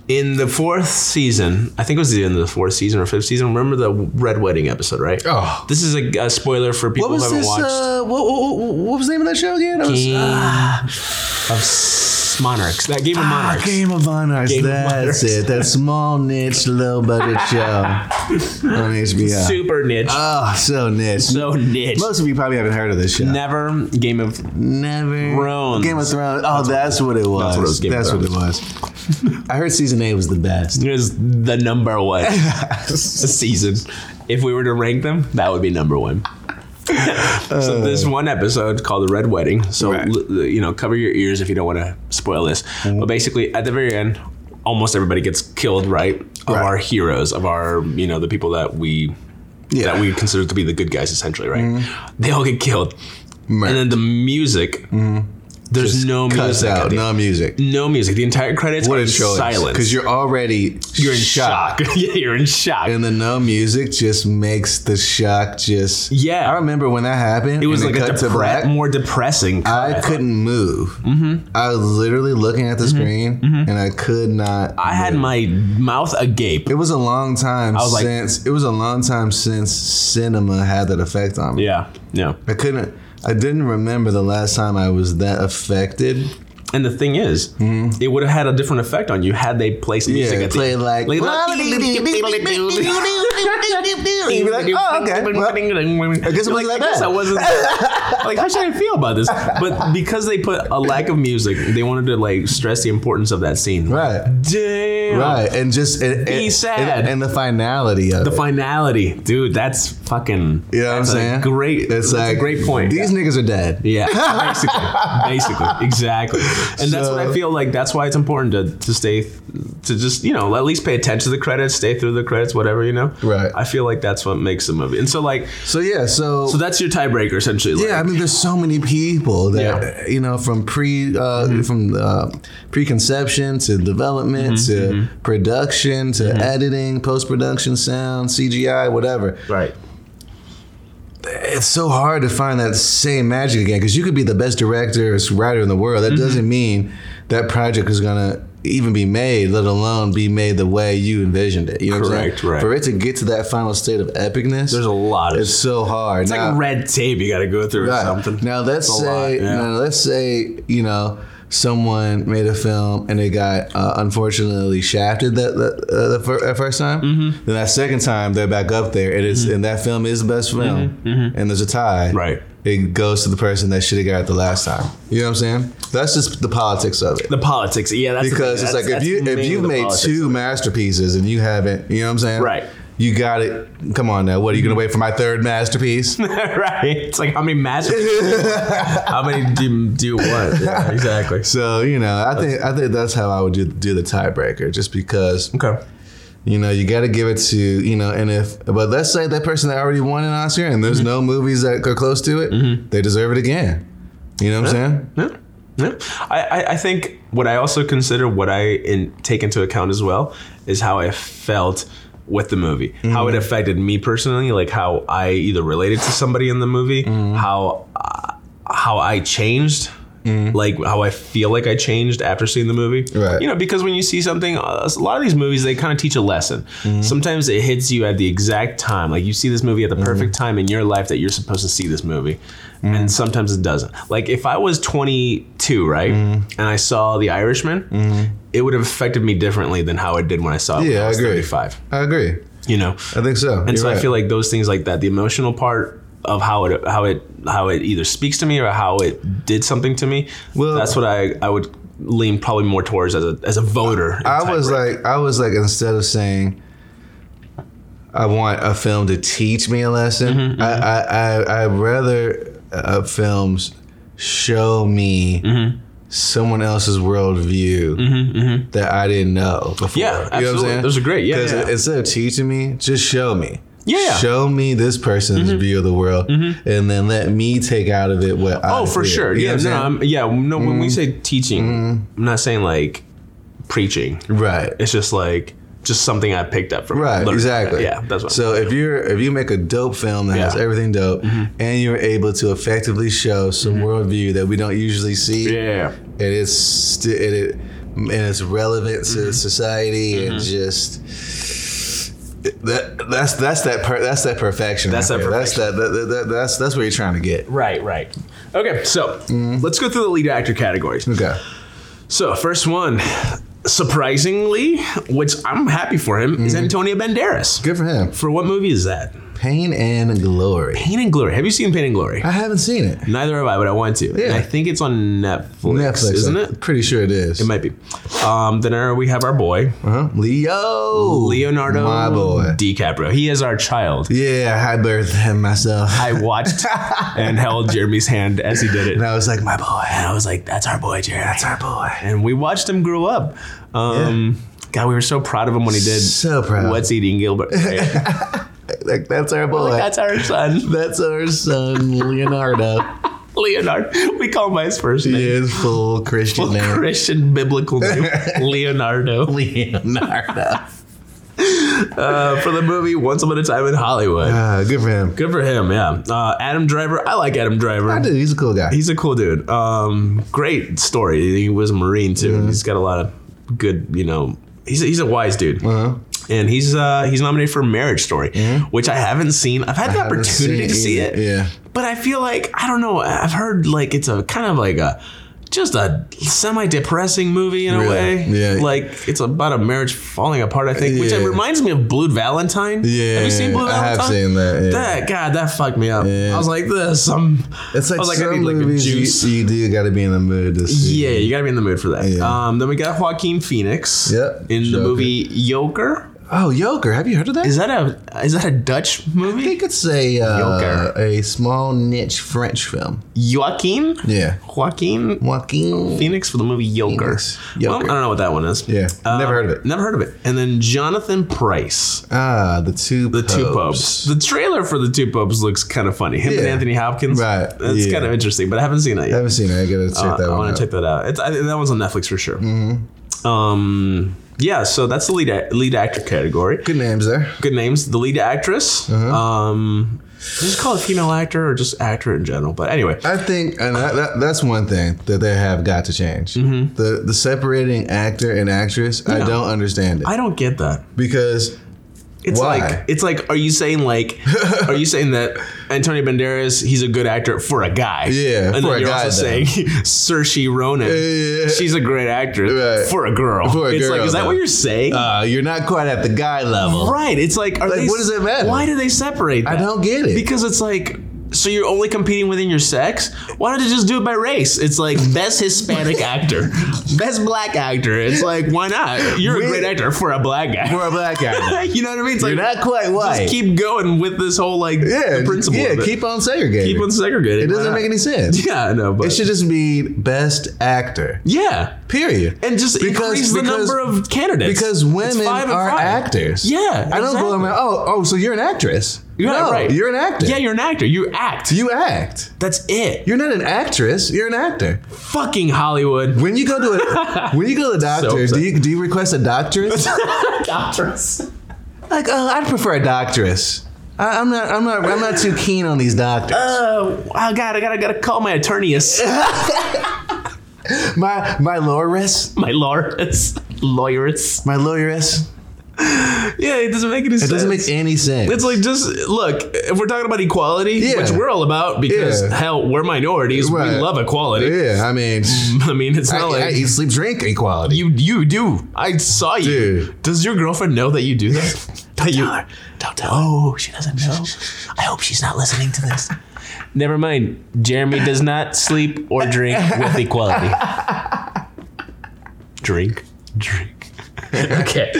in the fourth season, I think it was the end of the fourth season or fifth season. Remember the red wedding episode, right? Oh. this is a, a spoiler for people what who was haven't this? watched. Uh, what, what, what- what was the name of that show again? It was, Game uh, Ah, of S- Monarchs. That Game of Monarchs. Ah, Game of Honors. Game of That's Honors. it. That small niche, little budget show on HBO. Super niche. oh, so niche. so niche. Most of you probably haven't heard of this show. Never Game of Never. Thrones. Game of Thrones. Oh, that's what it was. what it was, Game of That's what it was. I heard season eight was the best. is the number one season. If we were to rank them, that would be number one. so this one episode called the Red Wedding. So Uh. Right. Mm-hmm. l- l- you know, cover your ears if you don't want to spoil this. But basically, at the very end, almost everybody gets killed. Right of Right. our heroes, of our you know the people that we Yeah. Mm-hmm. that we consider to be the good guys, essentially. Right, they all get killed, Right. and then the music. There's Mm-hmm. Just no cuts music. out. at the- No music. no music. The entire credits What are a choice. silence. Because you're already You're in shock. yeah, you're in shock. And the no music just makes the shock just. Yeah. I remember when that happened. it was like a cut to depre- black. more depressing. I cut. couldn't move. Mm-hmm. I was literally looking at the screen and I could not. I had my mouth agape. it was a long time was like- since it was a long time since cinema had that effect on me. Yeah, yeah. I couldn't. I didn't remember the last time I was that affected. And the thing is, it would have had a different effect on you had they placed music Yeah, at play the like. Like, You'd be like, oh, okay. Well, I guess it wasn't that bad. I wasn't like how should I feel about this? But because they put a lack of music, they wanted to like stress the importance of that scene. right. Damn. Right, and just and, Be and- sad. and, the finality of The it. finality, dude. That's fucking. You know what I'm that's a saying? Great. It's that's like a great point. These niggas are dead. Yeah, basically, basically, exactly, and that's what I So- feel like. That's why it's important to to stay, to just you know at least pay attention to the credits, stay through the credits, whatever you know. Right. I feel like that's what makes the movie, and so like, So yeah, so, so that's your tiebreaker essentially. like- yeah, I mean, there's so many people that you know from pre uh, Mm-hmm. from uh, preconception to development Mm-hmm. to production to editing, post production, sound, CGI, whatever. right. It's so hard to find that same magic again because you could be the best director or writer in the world. That Mm-hmm. doesn't mean that project is gonna even be made, let alone be made the way you envisioned it. You know what I'm Correct, saying? right. For it to get to that final state of epicness, There's a lot of it's so hard. it's like red tape you got to go through or Right. something. Now let's It's a say lot, yeah. now let's say you know someone made a film and it got uh, unfortunately shafted that the, uh, the fir- uh, first time. Mm-hmm. Then that second time they're back up there and it's and that film is the best film and there's a tie. Mm-hmm. Right. It goes to the person that should have got it the last time. You know what I'm saying? That's just the politics of it. The politics, yeah, that's the Because thing. That's- it's like if that's you if mainly you've the made politics. two masterpieces and you haven't, you know what I'm saying? Right. Mm-hmm. You got it. Come on now. What are you gonna wait for my third masterpiece? right? It's like how many masterpieces? how many do you, do you want? Yeah, exactly. So you know, I think I think that's how I would do do the tiebreaker, just because Okay. you know you got to give it to you know, and if but let's say that person that already won an Oscar and there's no movies that are close to it, Mm-hmm. they deserve it again. You know what I'm saying? No, no. I, I, I think what I also consider, what I in, take into account as well, is how I felt with the movie, how it affected me personally, like how I either related to somebody in the movie, how uh, how I changed like how I feel like I changed after seeing the movie. Mm-hmm. Right. You know, because when you see something, uh, a lot of these movies they kind of teach a lesson. Mm-hmm. Sometimes it hits you at the exact time. Like you see this movie at the perfect time in your life that you're supposed to see this movie, Mm-hmm. and sometimes it doesn't. Like if I was 22, right, Mm-hmm. and I saw The Irishman, it would have affected me differently than how it did when I saw it. when Yeah, I I was agree. 35. I agree. You know, I think so. and so I feel like those things like that, the emotional part of how it how it how it either speaks to me or how it did something to me. Well- that's what I I would lean probably more towards as a as a voter. I was like, I was like, instead of saying, I want a film to teach me a lesson, Mm-hmm, I, I, I, I rather uh, films show me Mm-hmm. someone else's worldview that I didn't know before. Yeah, You know what I'm absolutely. saying? Those are great. Yeah, 'Cause yeah, yeah. instead of teaching me, just show me. Yeah, yeah. Mm-hmm. Show me this person's view of the world, and then let me take out of it what. I oh, for did. sure. You Yeah, know what I'm no, saying? Mm-hmm. I'm, yeah. No, when we say teaching, I'm not saying like preaching. right. It's just like just something I picked up from. it. Right, Literally. exactly. Yeah, that's what. So, So if you're if you make a dope film that has Yeah. Mm-hmm. everything dope, and you're able to effectively show some worldview that we don't usually see, yeah. and it's sti- and it and it's relevant to Mm-hmm. society, and just that that's that's that per, that's that perfection. That's right that there. That's that, that, that that's that's where you're trying to get. Right, right. Okay, so let's go through the lead actor categories. Mm-hmm. Okay. So first one, surprisingly, which I'm happy for him, is Antonio Banderas. Mm-hmm. Good for him. For what movie is that? Pain and glory. Pain and Glory. Have you seen Pain and Glory? I haven't seen it. Neither have I, but I want to. And Yeah. I think it's on Netflix, Netflix, isn't I'm it? Pretty sure it is. It might be. Um, then we have our boy uh-huh. Leo. Leonardo My boy. DiCaprio. He is our child. Yeah, I birthed him myself. I watched and held Jeremy's hand as he did it. and I was like, my boy. And I was like, "That's our boy, Jeremy. That's our boy. And we watched him grow up. Um, God, we were so proud of him when he did. So proud. What's eating Gilbert? Like, that's our boy. That's our son, that's our son, Leonardo. Leonard. We call him by his first name. His full Christian name. Christian biblical name, Leonardo. Leonardo. Uh, for the movie Once Upon a Time in Hollywood. Uh, good for him. Good for him, yeah. Uh, Adam Driver. I like Adam I Driver. do. He's a cool guy. He's a cool dude. Um, great story. He was a Marine too. Mm-hmm. He's got a lot of good, you know. He's a, he's a wise dude. uh-huh. and he's uh he's nominated for Marriage Story, which I haven't seen. I've had the Mm-hmm. Haven't opportunity seen to see either. it, Yeah. but I feel like I don't know. I've heard like it's a kind of like a just a semi-depressing movie in a Really? way. Yeah. like it's about a marriage falling apart. I think, which Yeah. it reminds me of Blue Valentine. Yeah. have you seen Blue I Valentine? have seen that. Yeah. That God, that fucked me up. Yeah. I was like, this. I'm, It's like, I was like, I some need, like, a movies you- juice. You, do got to be in the mood to see. yeah, you gotta be in the mood for that. Yeah. Um, then we got Joaquin Phoenix. Yep. In the Joker. movie Joker. Oh, Joker. Have you heard of that? Is that a is that a Dutch I movie? think it's a uh, Joker. a small niche French film. Joaquin. Yeah. Joaquin Joaquin. Phoenix for the movie Joker. Phoenix. Well, I Joker. don't know what that one is. Yeah. Um, Never heard of it. Never heard of it. And then Jonathan Price, Ah, the two the Two Popes. The trailer for the Two Popes looks kind of funny. Him and Yeah. Anthony Hopkins. Right. That's Yeah. kind of interesting, but I haven't seen that I yet. haven't seen it. I gotta check Uh, I that one Mm-hmm. want out. to check that out. It's, I, that one's on Netflix for sure. Um, yeah. So that's the lead a- lead actor category. Good names there. Good names. The lead actress. Uh-huh. Um, just call it female actor or just actor in general. But anyway, I think, and that, that, that's one thing that they have got to change. The the separating actor and actress. I Mm-hmm. Yeah. don't understand it I don't get that. because It's Why? like it's like are you saying like are you saying that Antonio Banderas he's a good actor for a guy? Yeah, and for then a you're guy, also though. saying Saoirse Ronan, Yeah. she's a great actress Right. for a girl. For a it's like girl, is that what though. you're saying? uh, you're not quite at the guy level. right. It's like are Like, they, what does it matter? Why do they separate? I that? don't get it. because it's like. So you're only competing within your sex? Why don't you just do it by race? It's like best Hispanic actor, best black actor. It's like why not? You're We- a great actor for a black guy. We're a black guy. you know what I mean? It's you're like not quite white. just keep going with this whole like yeah, the principle. yeah. of it. Keep on segregating. Keep on segregating. it why doesn't not? make any sense. Yeah, I know, but It should just be best actor. yeah, Period. and just Because- increase the because- number of candidates Because women five and are five. actors. Yeah, I don't go exactly. around. Oh, oh, so you're an actress? Yeah, no, right. You're an actor. Yeah, you're an actor. You act. you act. That's it. You're not an actress. You're an actor. Fucking Hollywood. When you go to a when you go to the doctor, do upset. you do you request a doctorate? Doctors. like, oh, I'd prefer a doctorate. I, I'm not. I'm not. I'm not too keen on these doctors. Oh, I got. I got. I got to call my attorneys. my my lawyeress, My lawyers, lawyers. my lawyeress. Yeah, it doesn't make any sense. It doesn't make any sense. It's like just look. If we're talking about equality, Yeah. which we're all about, because Yeah. hell, we're minorities. We Right. love equality. yeah, I mean, I mean, it's I, not like I eat, sleep, drink equality. you. You do. I saw you. Dude. Does your girlfriend know that you do that? Don't tell her. Don't tell her. Oh, she doesn't know. I hope she's not listening to this. Never mind. Jeremy does not sleep or drink with equality. Drink. Drink. okay.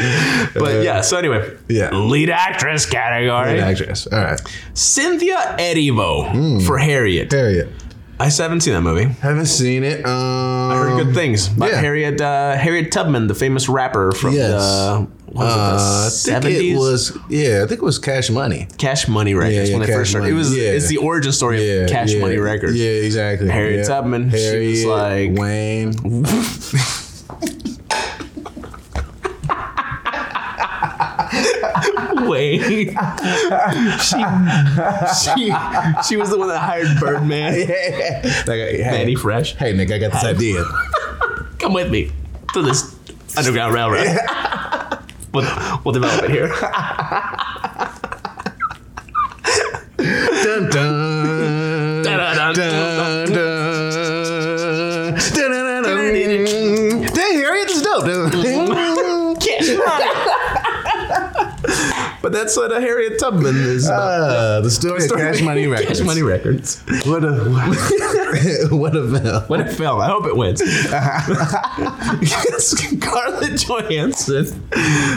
But yeah, so anyway. Yeah. Lead actress category. An actress. All right, Cynthia Erivo for Harriet. Harriet. I still haven't seen that movie. Haven't seen it. Um, I Heard good things about Um, yeah. Harriet uh, Harriet Tubman, the famous rapper from Yes. the what Uh, was I it, the think it 70s? was yeah. I think it was Cash Money. Cash Money Records yeah, when they Cash first started. It Money, was yeah. it's the origin story Yeah, of Cash yeah, Money Records. Yeah, exactly. Harriet yeah. Tubman, she was Harriet, like- Wayne. Wait, she, she she was the one that hired Birdman, like, hey, Manny Fresh. hey, Nick, I got this idea. Come with me to this underground railroad. We'll, we'll develop it here. dun dun Dun, dun, dun dun, dun dun dun, dun, dun. Dang, Harriet is dope. dude. Cash Money. but that's what a Harriet Tubman is. about. Uh, the story of Cash Money Records. Cash Money Records. What a what a film. What a film. I hope it wins. Scarlett Johansson.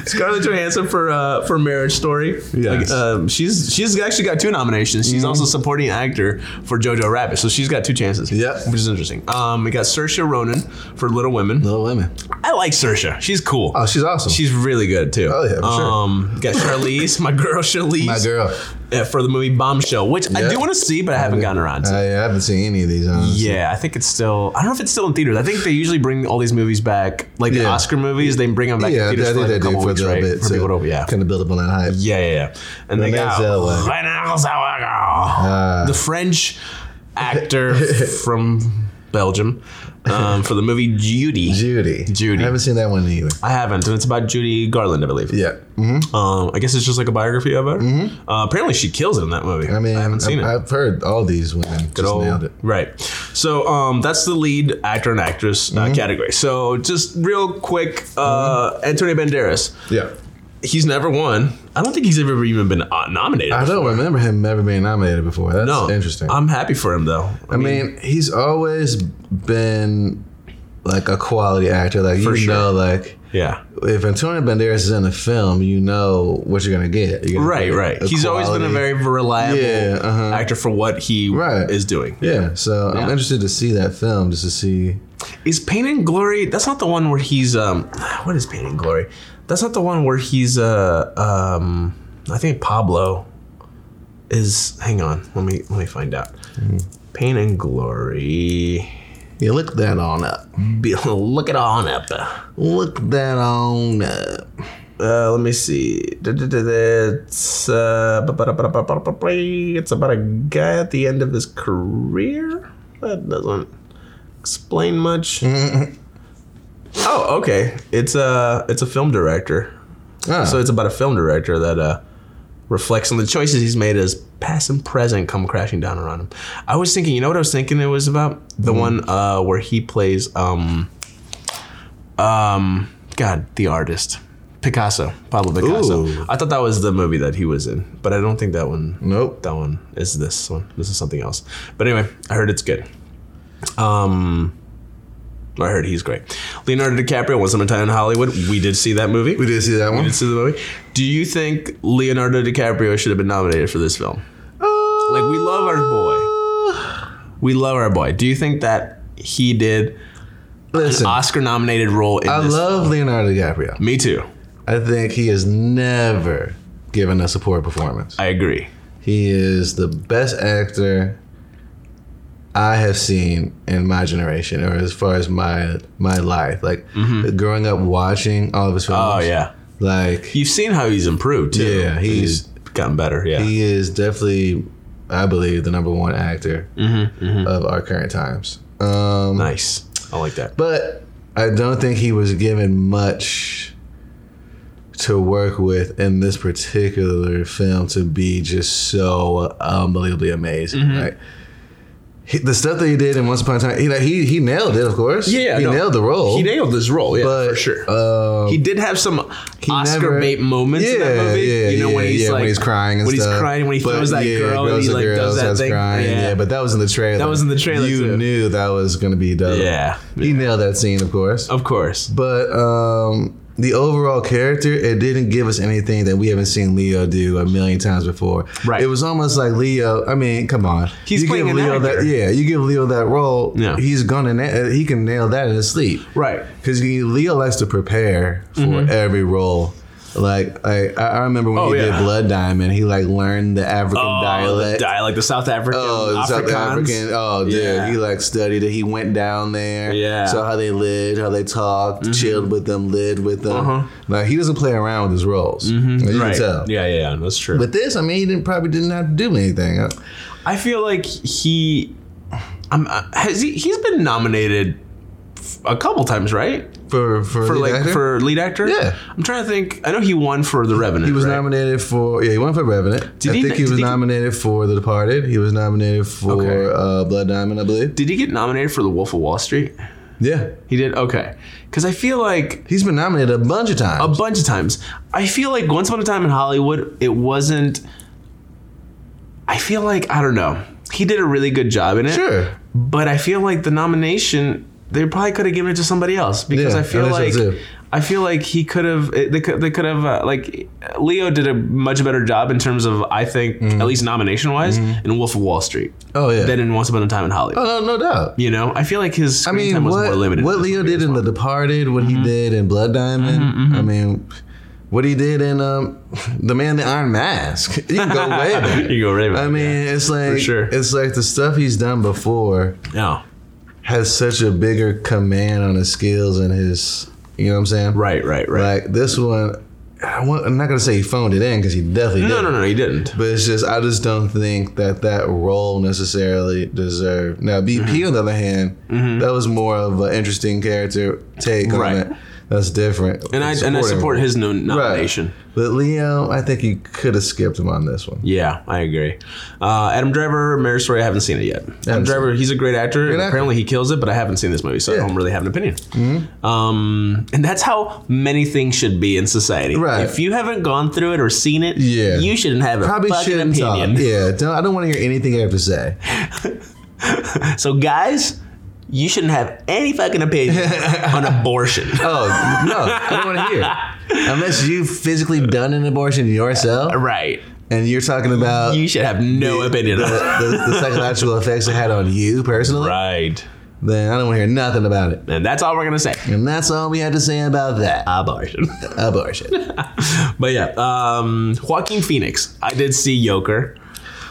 Scarlett Johansson for uh, for Marriage Story. Yes. Mm-hmm. um, she's she's actually got two nominations. She's also supporting actor for Jojo Rabbit. So she's got two chances. Yep. Which is interesting. Um, we got Saoirse Ronan for Little Women. Little Women. I like Saoirse. She's cool. Oh, she's awesome. She's really good too. Oh, yeah, for sure. um, sure. Got Charlize, my girl Charlize, my girl. uh, for the movie Bombshell, which I Yeah. do want to see, but I haven't gotten around to. I haven't seen any of these. Honestly. Yeah, I think it's still. I don't know if it's still in theaters. I think they usually bring all these movies back, like the Yeah. Oscar movies. They bring them back to yeah, I theaters think for like they a do couple for a weeks, little right? bit. for people to, yeah. kind of build up on that hype. yeah, yeah, yeah. And they Renee got Zellweger. Ah. Renee Zellweger, the French actor from Belgium um, for the movie Judy. Judy. Judy. I haven't seen that one either. I haven't, and it's about Judy Garland, I believe. Yeah. Mm-hmm. Um, I guess it's just like a biography of her. Uh, apparently, she kills it in that movie. I mean, I haven't seen it. I've heard all these women just Oh, nailed it. Right. So um, that's the lead actor and actress Mm-hmm. uh, category. So just real quick, uh, Antonio Banderas. Yeah. He's never won. I don't think he's ever even been uh, nominated. I don't remember him ever being nominated before. That's no, interesting. i I'm happy for him though. I, mean, mean, he's always been like a quality actor. Like you sure. know, like yeah, if Antonio Banderas is in a film, you know what you're gonna get. You're gonna right, get right. a He's always been a quality- very reliable Yeah, uh-huh. actor for what he Right. is doing. yeah. So I'm interested to see that film just to see. Is Pain and Glory? That's not the one where he's um. What is Pain and Glory? That's not the one where he's uh um. I think Pablo is. Hang on. Let me let me find out. Pain and Glory. Yeah, look that on up. Be- Look it on up. Look that on up. Uh, let me see. It's uh, it's about a guy at the end of his career. That doesn't explain much. oh, okay. It's a it's a film director. Ah, So it's about a film director that uh, reflects on the choices he's made as past and present come crashing down around him. I was thinking, you know what I was thinking it was about? The one uh, where he plays, um, um, God, the artist. Picasso, Pablo Picasso. Ooh. Hmm. I thought that was the movie that he was in, but I don't think that one. nope. That one is this one. This is something else. But anyway, I heard it's good. Um, I heard he's great. Leonardo DiCaprio, Once Upon a Time in Hollywood. We did see that movie. We did see that one. This is the movie. Do you think Leonardo DiCaprio should have been nominated for this film? Like we love our boy. We love our boy. Do you think that he did an Listen, I Oscar nominated role in this? love Leonardo DiCaprio. Me too. I think he has never given us a poor performance. I agree. He is the best actor I have seen in my generation, or as far as my my life. Like growing up watching all of his films. Mm-hmm. Oh yeah. Like You've seen how he's improved too. Yeah, he's- gotten better. Yeah. he is definitely, Mm-hmm, I believe, the number one actor of our current times. Um, nice. I like that. But I don't think he was given much to work with in this particular film to be just so unbelievably amazing. Mm-hmm. Right? He, the stuff that he did in Once Upon a Time, he, like, he he nailed it, of course. Yeah, he no. nailed the role. He nailed his role, yeah, but, for sure. um, he did have some Oscar never- bait moments in that Yeah, movie. yeah, you know when yeah, he's yeah, like when he's crying and when stuff. he's crying, when he But throws that yeah, girl and throws he the like girl, does that starts thing. Crying. Yeah. yeah, but that was in the trailer. That was in the trailer, You too. knew that was gonna be dope. Yeah. he nailed that scene, of course. of course. But um, the overall character, it didn't give us anything that we haven't seen Leo do a million times before. Right. It was almost like Leo. I mean, come on. He's you playing give an Leo actor. that. Yeah, you give Leo that role. Yeah. He's gonna. Na- he can nail that in his sleep. Right. Mm-hmm. Because Leo likes to prepare for every role. Like I, I I remember when Oh, he yeah. did Blood Diamond, he like learned the African Oh, dialect. The dialect, the South African, Oh, the South Afrikaans. African. Oh, dude, Yeah. he like studied it. He went down there. Yeah. Mm-hmm. Saw how they lived, how they talked, chilled with them, lived with them. Uh-huh. Mm-hmm. Like he doesn't play around with his roles. Like, you right. can tell. Yeah, yeah, yeah, that's true. But this, I mean, he didn't probably didn't have to do anything. Uh, I feel like he, um, has he? He's been nominated f- a couple times, right? For for, For lead like actor? for lead actor. Yeah. I'm trying to think. I know he won for The Revenant. he was right? nominated for yeah he won for Revenant. Did I he think na- he was did he- nominated for The Departed. He was nominated for Okay. uh, Blood Diamond, I believe. Did he get nominated for The Wolf of Wall Street? Yeah, He did. Okay, because I feel like he's been nominated a bunch of times. a bunch of times. I feel like once upon a time in Hollywood, it wasn't. I feel like I don't know. He did a really good job in it. Sure. But I feel like the nomination, they probably could have given it to somebody else because Yeah, I feel I think like so too. I feel like he could have they could they could have uh, like Leo did a much better job in terms of I think at least nomination wise in Wolf of Wall Street Mm-hmm. Oh yeah. than in Once Upon a Time in Hollywood. oh no, no doubt. You know, I feel like his I screen mean, time was what, more limited. what in this Leo movie did as in well. Mm-hmm. The Departed, what he did in Blood Diamond. I mean, what he did in um, The Man in the Iron Mask. You can go way back. you go right back, I mean, it's like sure. it's like the stuff he's done before yeah. No. has such a bigger command on his skills and his. You know what I'm saying? Right, right, right. Like this one, I want, I'm not gonna say he phoned it in because he definitely No, did. no, no, he didn't. But it's just I just don't think that that role necessarily deserved. Now BP Mm-hmm. on the other hand, that was more of an interesting character take Right. on it. That's different. And I and I Supporting support role. his no- Right. nomination. But Leo, I think you could have skipped him on this one. Yeah, I agree. Uh, Adam Driver, Marriage Story, I haven't seen it yet. Adam seen Driver, he's a great actor. and actor. Apparently, he kills it, but I haven't seen this movie, so I Yeah. Mm-hmm. don't really have an opinion. Um, and that's how many things should be in society. Right. If you haven't gone through it or seen it, Yeah. you shouldn't have a Probably fucking shouldn't opinion. talk. Yeah, don't, I don't want to hear anything you have to say. So, guys, you shouldn't have any fucking opinion on abortion. Oh no, I don't want to hear. Unless you've physically done an abortion yourself, Right. and you're talking about You should have no opinion on it. Uh, the, the psychological effects it had on you personally, Right. then I don't want to hear nothing about it. And that's all we're going to say. And that's all we had to say about that. Abortion. Abortion. But yeah, um, Joaquin Phoenix. I did see Joker.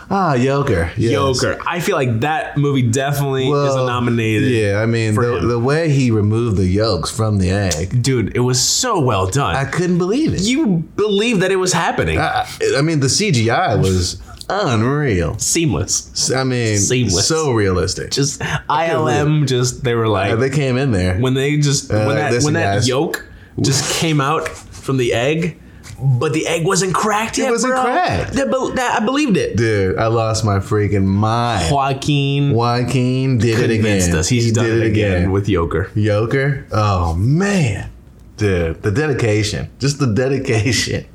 Ah, Joker. Yes. Joker. I feel like that movie definitely is Well, a nominated. Yeah, I mean, the, him. the way he removed the yolks from the egg, Dude, it was so well done. I couldn't believe it. you believe that it was happening. I, I mean, the CGI was unreal. Seamless. I mean, Seamless. so realistic. Just ILM, just, they were like, they came in there. when they just, when like, that, Uh, listen, when that guys. yolk just came out from the egg, but the egg wasn't cracked yet. wasn't bro. cracked. That, be- that- I believed it. Dude, I lost my freaking mind. Joaquin Joaquin did it convinced again. us. He's He done it again, with Joker. Yoker. Oh man, dude, the dedication. Just the dedication.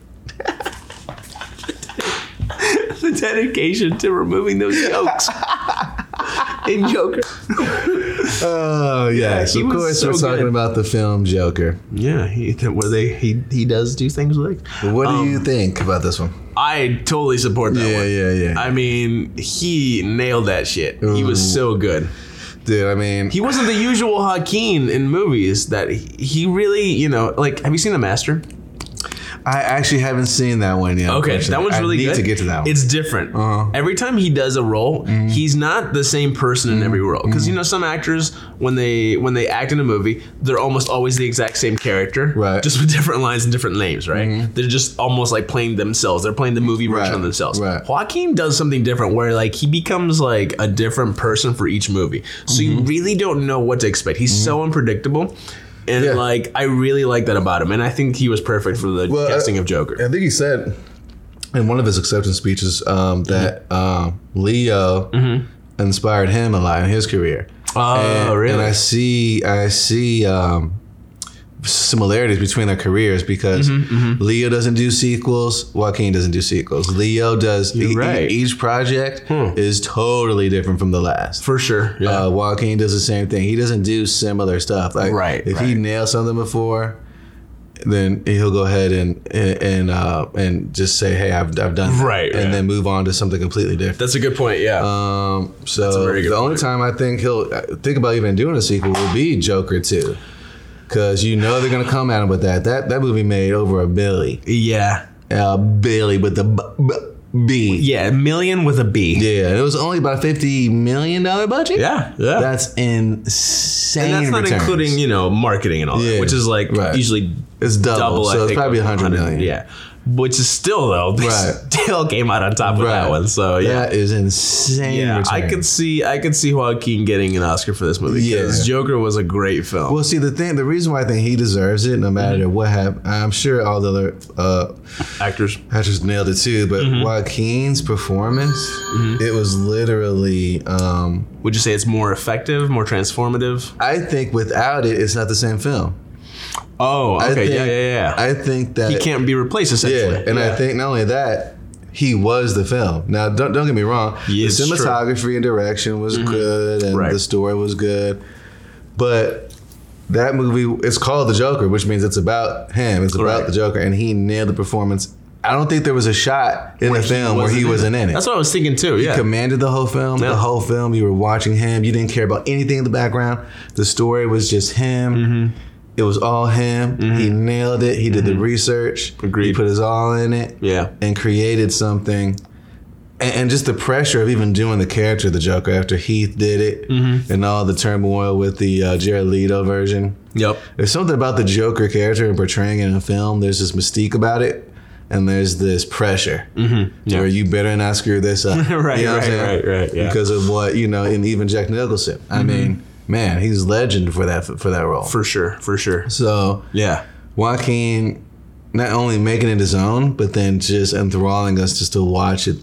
the dedication to removing those yolks in Joker. Oh yes, he of was course so we're talking good. about the film Joker. Yeah, he where they he he does do things like. What do you think about this one? I totally support Um, that one. yeah, yeah. I mean, he nailed that shit. He was so good. dude, I mean, He wasn't the usual Hakeem in movies that he, he really, you know, like have you seen The Master? I actually haven't seen that one yet. Okay, unfortunately. that one's really I need good. to get to that one. It's different. Uh-huh. Mm-hmm. Every time he does a role, he's not the same person in every role. Because you know, some actors when they when they act in a movie, they're almost always the exact same character, Right. Mm-hmm. Just with different lines and different names, right? They're just almost like playing themselves. They're playing the movie version Right, of themselves. right. Joaquin does something different, where like he becomes like a different person for each movie. So Mm-hmm. you really don't know what to expect. He's so unpredictable. And Yeah. like I really like that about him, and I think he was perfect for the Well, uh, casting of Joker. I think he said in one of his acceptance speeches um, that Mm-hmm. um, Leo inspired him a lot in his career. Oh, and, really? And I see, I see um, similarities between their careers because Mm-hmm, Leo doesn't do sequels, Joaquin doesn't do sequels. Leo does. e- e- right. Hmm. each project is totally different from the last. For sure. Yeah. Uh, Joaquin does the same thing. He doesn't do similar stuff. Like, Right, If he right. nails something before, then he'll go ahead and and and, uh, and just say, "Hey, I've, I've done that," Right, and right. then move on to something completely different. That's a good point. Yeah. Um, so very good the only point. time I think he'll uh, think about even doing a sequel will be Joker Two, because you know they're gonna come at him with that. That that movie made over a billy, yeah. uh, billy with the b- b- b. Yeah. A million with a B. Yeah, and it was only about a fifty million dollar budget. Yeah. yeah. That's insane. and that's not returns. including, you know, marketing and all that, Yeah, which is like right. usually It's double, double. I so it's think, probably of 100 million. Yeah. Which is still, though, they Right. still came out on top of Right. that one. So, yeah. That is insane. Yeah, I returns. could see I could see Joaquin getting an Oscar for this movie because Yeah. Joker was a great film. Well, see the thing, the reason why I think he deserves it, no matter Mm-hmm. what happened, I'm sure all the other uh, Actors, actors nailed it too. But Mm-hmm. Joaquin's performance, it was literally. Um, would you say it's more effective, more transformative? I think without it, it's not the same film. Oh, I okay, think, yeah, yeah, yeah. I think that he can't be replaced essentially. Yeah, and I think not only that, he was the film. Now, don't don't get me wrong. Yeah, it's the true. Mm-hmm. cinematography and direction was good, and Right. the story was good, but that movie it's called The Joker, which means it's about him. It's about Right. the Joker, and he nailed the performance. I don't think there was a shot in the film where he wasn't in it. That's what I was thinking too. Yeah, Commanded the whole film. Yeah. The whole film, you were watching him. You didn't care about anything in the background. The story was just him. Mm-hmm. It was all him. He nailed it. He did the research. He Agreed. put his all in it yeah. and created something. And, and just the pressure of even doing the character of the Joker after Heath did it Mm-hmm. and all the turmoil with the uh, Jared Leto version. Yep. There's something about the Joker character and portraying it in a film. There's this mystique about it, and there's this pressure where you better not screw this up. Mm-hmm. Right, You know what I'm right, saying? right, right, yeah. Mm-hmm. Because of what you know, and even Jack Nicholson. I mean, man, he's legend for that for that role. For sure, for sure. so Yeah. Joaquin not only making it his own, but then just enthralling us just to watch it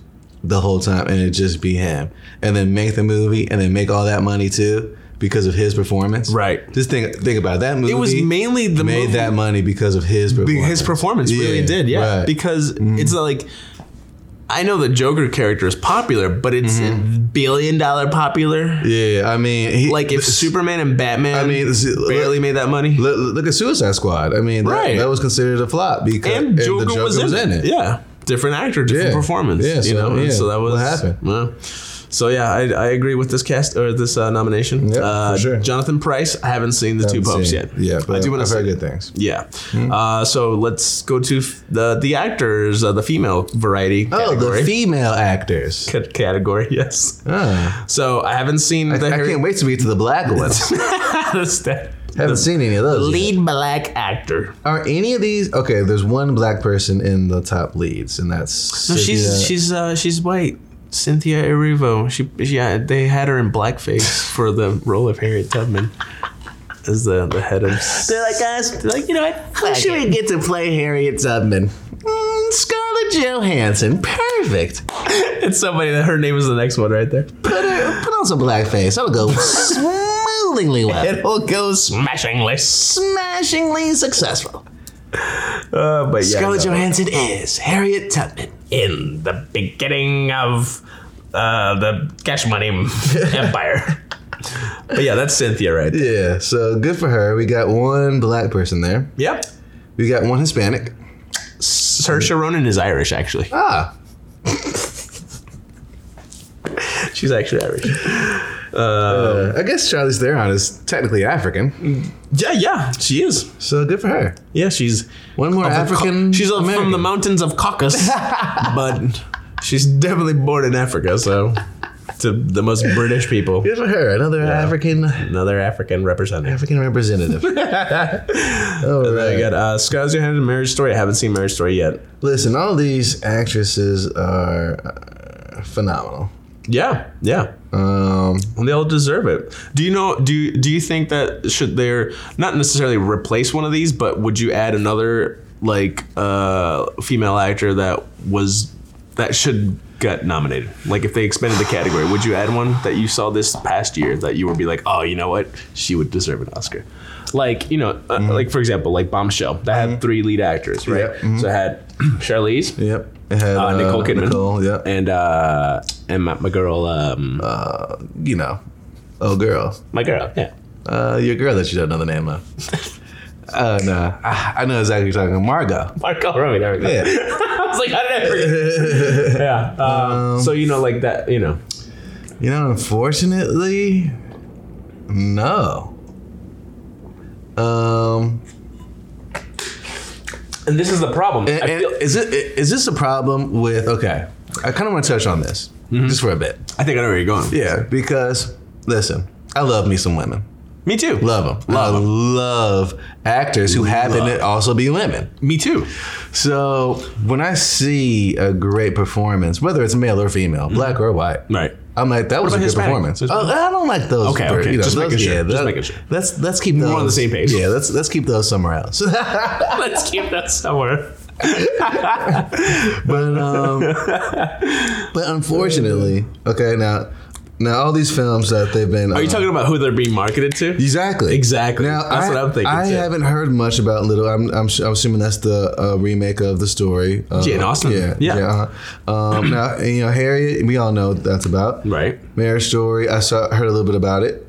the whole time and it just be him. And then make the movie and then make all that money too because of his performance. Right. Just think think about it. that movie. It was mainly the made movie- that money because of his Be- performance. his performance really Yeah, did, yeah. right. Mm-hmm. Because it's like I know the Joker character is popular, but it's a billion dollar popular. Mm-hmm. yeah, I mean, he, Like if Superman and Batman I mean, this is- barely made that money. look, look at Suicide Squad. I mean, that, Right. that was considered a flop because and, and Joker, was, in, it. Yeah. Different actor, different Yeah. performance. Yeah, you so, know, and yeah, so that was what happened. well, so yeah, I, I agree with this cast or this uh, nomination. Yep, for uh, sure. Jonathan Price, I haven't seen the two Haven't popes seen yet. it. Yeah, but I do want I've to heard Hmm? say good things. Yeah. Uh, so let's go to f- the the actors, uh, the female variety Oh, category. the female actors. C- category, yes. Oh. So I haven't seen the I can't wait till we get to the black ones. the, Haven't seen any of those. yet. lead black actor. Are any of these okay? There's one black person in the top leads, and that's No, she's Cynthia- she's uh, she's white. Cynthia Erivo. She yeah, they had her in blackface for the role of Harriet Tubman as the, the head of. They're like us. Like you know, what? Who should we get to play Harriet Tubman? Mm, Scarlett Johansson. Perfect. It's somebody that her name is the next one right there. Put her, put on some blackface. That'll go smoothingly well. It'll go smashingly. Smashingly successful. Uh, but yeah, Scarlett no. Johansson is Harriet Tubman. in the beginning of uh, the Cash Money Empire. but yeah, that's Cynthia, right? Yeah. So good for her. We got one black person there. Yep. We got one Hispanic. Saoirse Ronan is Irish, actually. Ah. She's actually Irish. Uh, Uh, I guess Charlize Theron is technically African, yeah, yeah, she is. so good for her. Yeah, she's One more African. She's uh, from the American. mountains of Caucasus, but she's definitely born in Africa. So, to the most British people, Good for her. Another African another African representative. African representative. All I right. got uh, Scott's your hand in Marriage Story. I haven't seen Marriage Story yet. Listen, all these actresses are uh, phenomenal. Yeah, yeah. Um, And they all deserve it. Do you know? Do you, do you think that should there not necessarily replace one of these, but would you add another like uh, female actor that was that should get nominated? Like if they expanded the category, would you add one that you saw this past year that you would be like, oh, you know what, she would deserve an Oscar? Like you know, uh, like for example, like Bombshell that had three lead actors, right? Yeah, mhm. So it had Charlize yep. It had, Uh, Nicole Kidman. Nicole, yep. and uh, and my, my girl, um, Uh, you know, oh girl, my girl, yeah. uh, your girl that you don't know the name of. uh, no, I, I know exactly what you're talking. Margot. Marco Robbie. There we go. Yeah. I was like, how did I forget? yeah. Uh, so you know, like that, you know. You know, unfortunately, no. Um, And this is the problem. and- I, and feel, is it is this a problem with? Okay, I kind of want to touch on this just for a bit. I think I know where you're going. Mm-hmm. Yeah, because listen, I love me some women. Me too. Love them. Love I 'em. love actors who happen to also be women. Me too. So when I see a great performance, whether it's male or female, black or white, Mm-hmm. Right. I'm like, that was a about good Hispanic? performance. There's- Oh, I don't like those. Okay, okay, just those- making sure, yeah, just that- making sure. Let's let's keep those, on the same page. Yeah, let's let's keep those somewhere else. Let's keep that somewhere. but um, but unfortunately, okay, now now all these films that they've been uh, Are you talking about who they're being marketed to? Exactly. Exactly. Now, That's I, what I'm thinking, I too. haven't heard much about Little. I'm, I'm, su- I'm assuming that's the uh, remake of the story. Uh, Jane Austen. Yeah. Yeah. uh-huh. um, now, and, you know, Harriet, we all know what that's about. Right. Mm-hmm. Marriage Story, I saw, heard a little bit about it.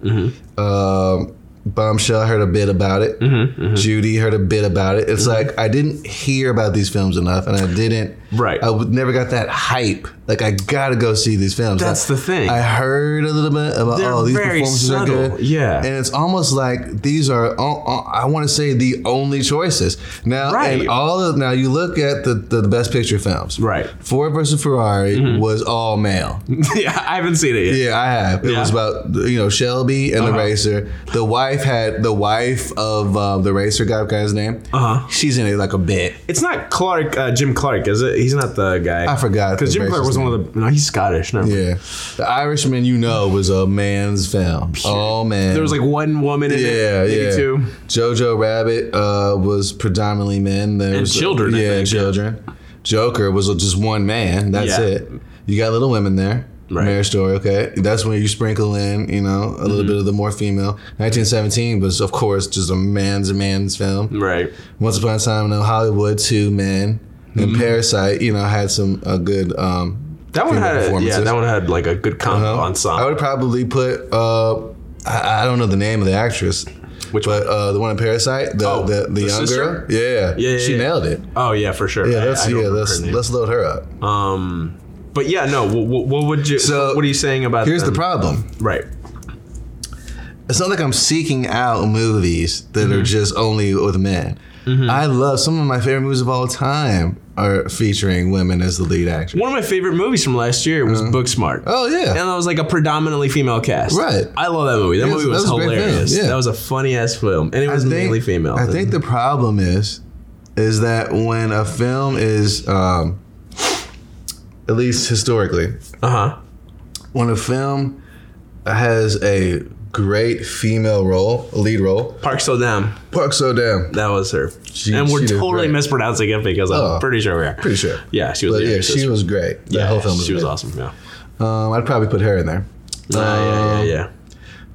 Um, Bombshell, heard a bit about it. mm-hmm. Judy, heard a bit about it. It's like I didn't hear about these films enough, and I didn't. Right. I w- never got that hype. Like I gotta go see these films. That's I- the thing. I heard a little bit about They're oh these very performances are subtle. good. Yeah. and it's almost like these are oh, oh, I want to say the only choices now. Right. And all of now you look at the the, best picture films. Right. Mm-hmm. Ford versus Ferrari was all male. yeah, I haven't seen it yet. Yeah, I have. It Yeah. was about you know Shelby and the Uh-huh. racer. The wife had the wife of uh, the racer guy. Got his name. Uh-huh. She's in it like a bit. It's not Clark, uh, Jim Clark, is it? He's not the guy. I forgot Because the Jim Clark racist was one of the. No, he's Scottish. No. Yeah, The Irishman, you know, was a man's film. Oh man, There was like one woman in Yeah, it. Maybe yeah. two. Jojo Rabbit uh, was predominantly men. There And was, children, I yeah, think, yeah. children. Joker was just one man. That's Yeah. it. You got little women there. Right. Marriage Story. Okay, that's when you sprinkle in, you know, a Mm-hmm. little bit of the more female. 1917 was, of course, just a man's a man's film. Right. Once upon a time in Hollywood, two men. And Mm-hmm. Parasite, you know, had some a good. Um, That one female had. Yeah, performances. that one had like a good combo Um, ensemble. I would probably put. Uh, I, I don't know the name of the actress, Which but uh, the one in Parasite, the Oh, the, the, the young sister? girl, yeah, Yeah, yeah, she yeah. nailed it. Oh yeah, for sure. Yeah, I- let's I don't yeah, remember let's her name. let's load her up. Um, but yeah, no. What, what would you? So, what are you saying about? Here's the them? problem: Right. it's not like I'm seeking out movies that Mm-hmm. are just only with men. I love some of my favorite movies of all time are featuring women as the lead actress. One of my favorite movies from last year was Booksmart. Oh yeah, And that was like a predominantly female cast. Right. I love that movie. That Yes, movie that was, was a great film, hilarious. yeah. That was a funny ass film, and it was mainly female. I think the problem is, is that when a film is, um, at least historically, Uh huh. when a film has a great female role, lead role, Park So Dam. Park So Dam, That was her. She- and we're she did totally great. mispronouncing it because I'm Oh. pretty sure we are. pretty sure. Yeah, she was. But the yeah, actress. she was great. The Yeah, whole film was she was great. awesome. Yeah. Um, I'd probably put her in there. Uh, yeah, yeah, yeah.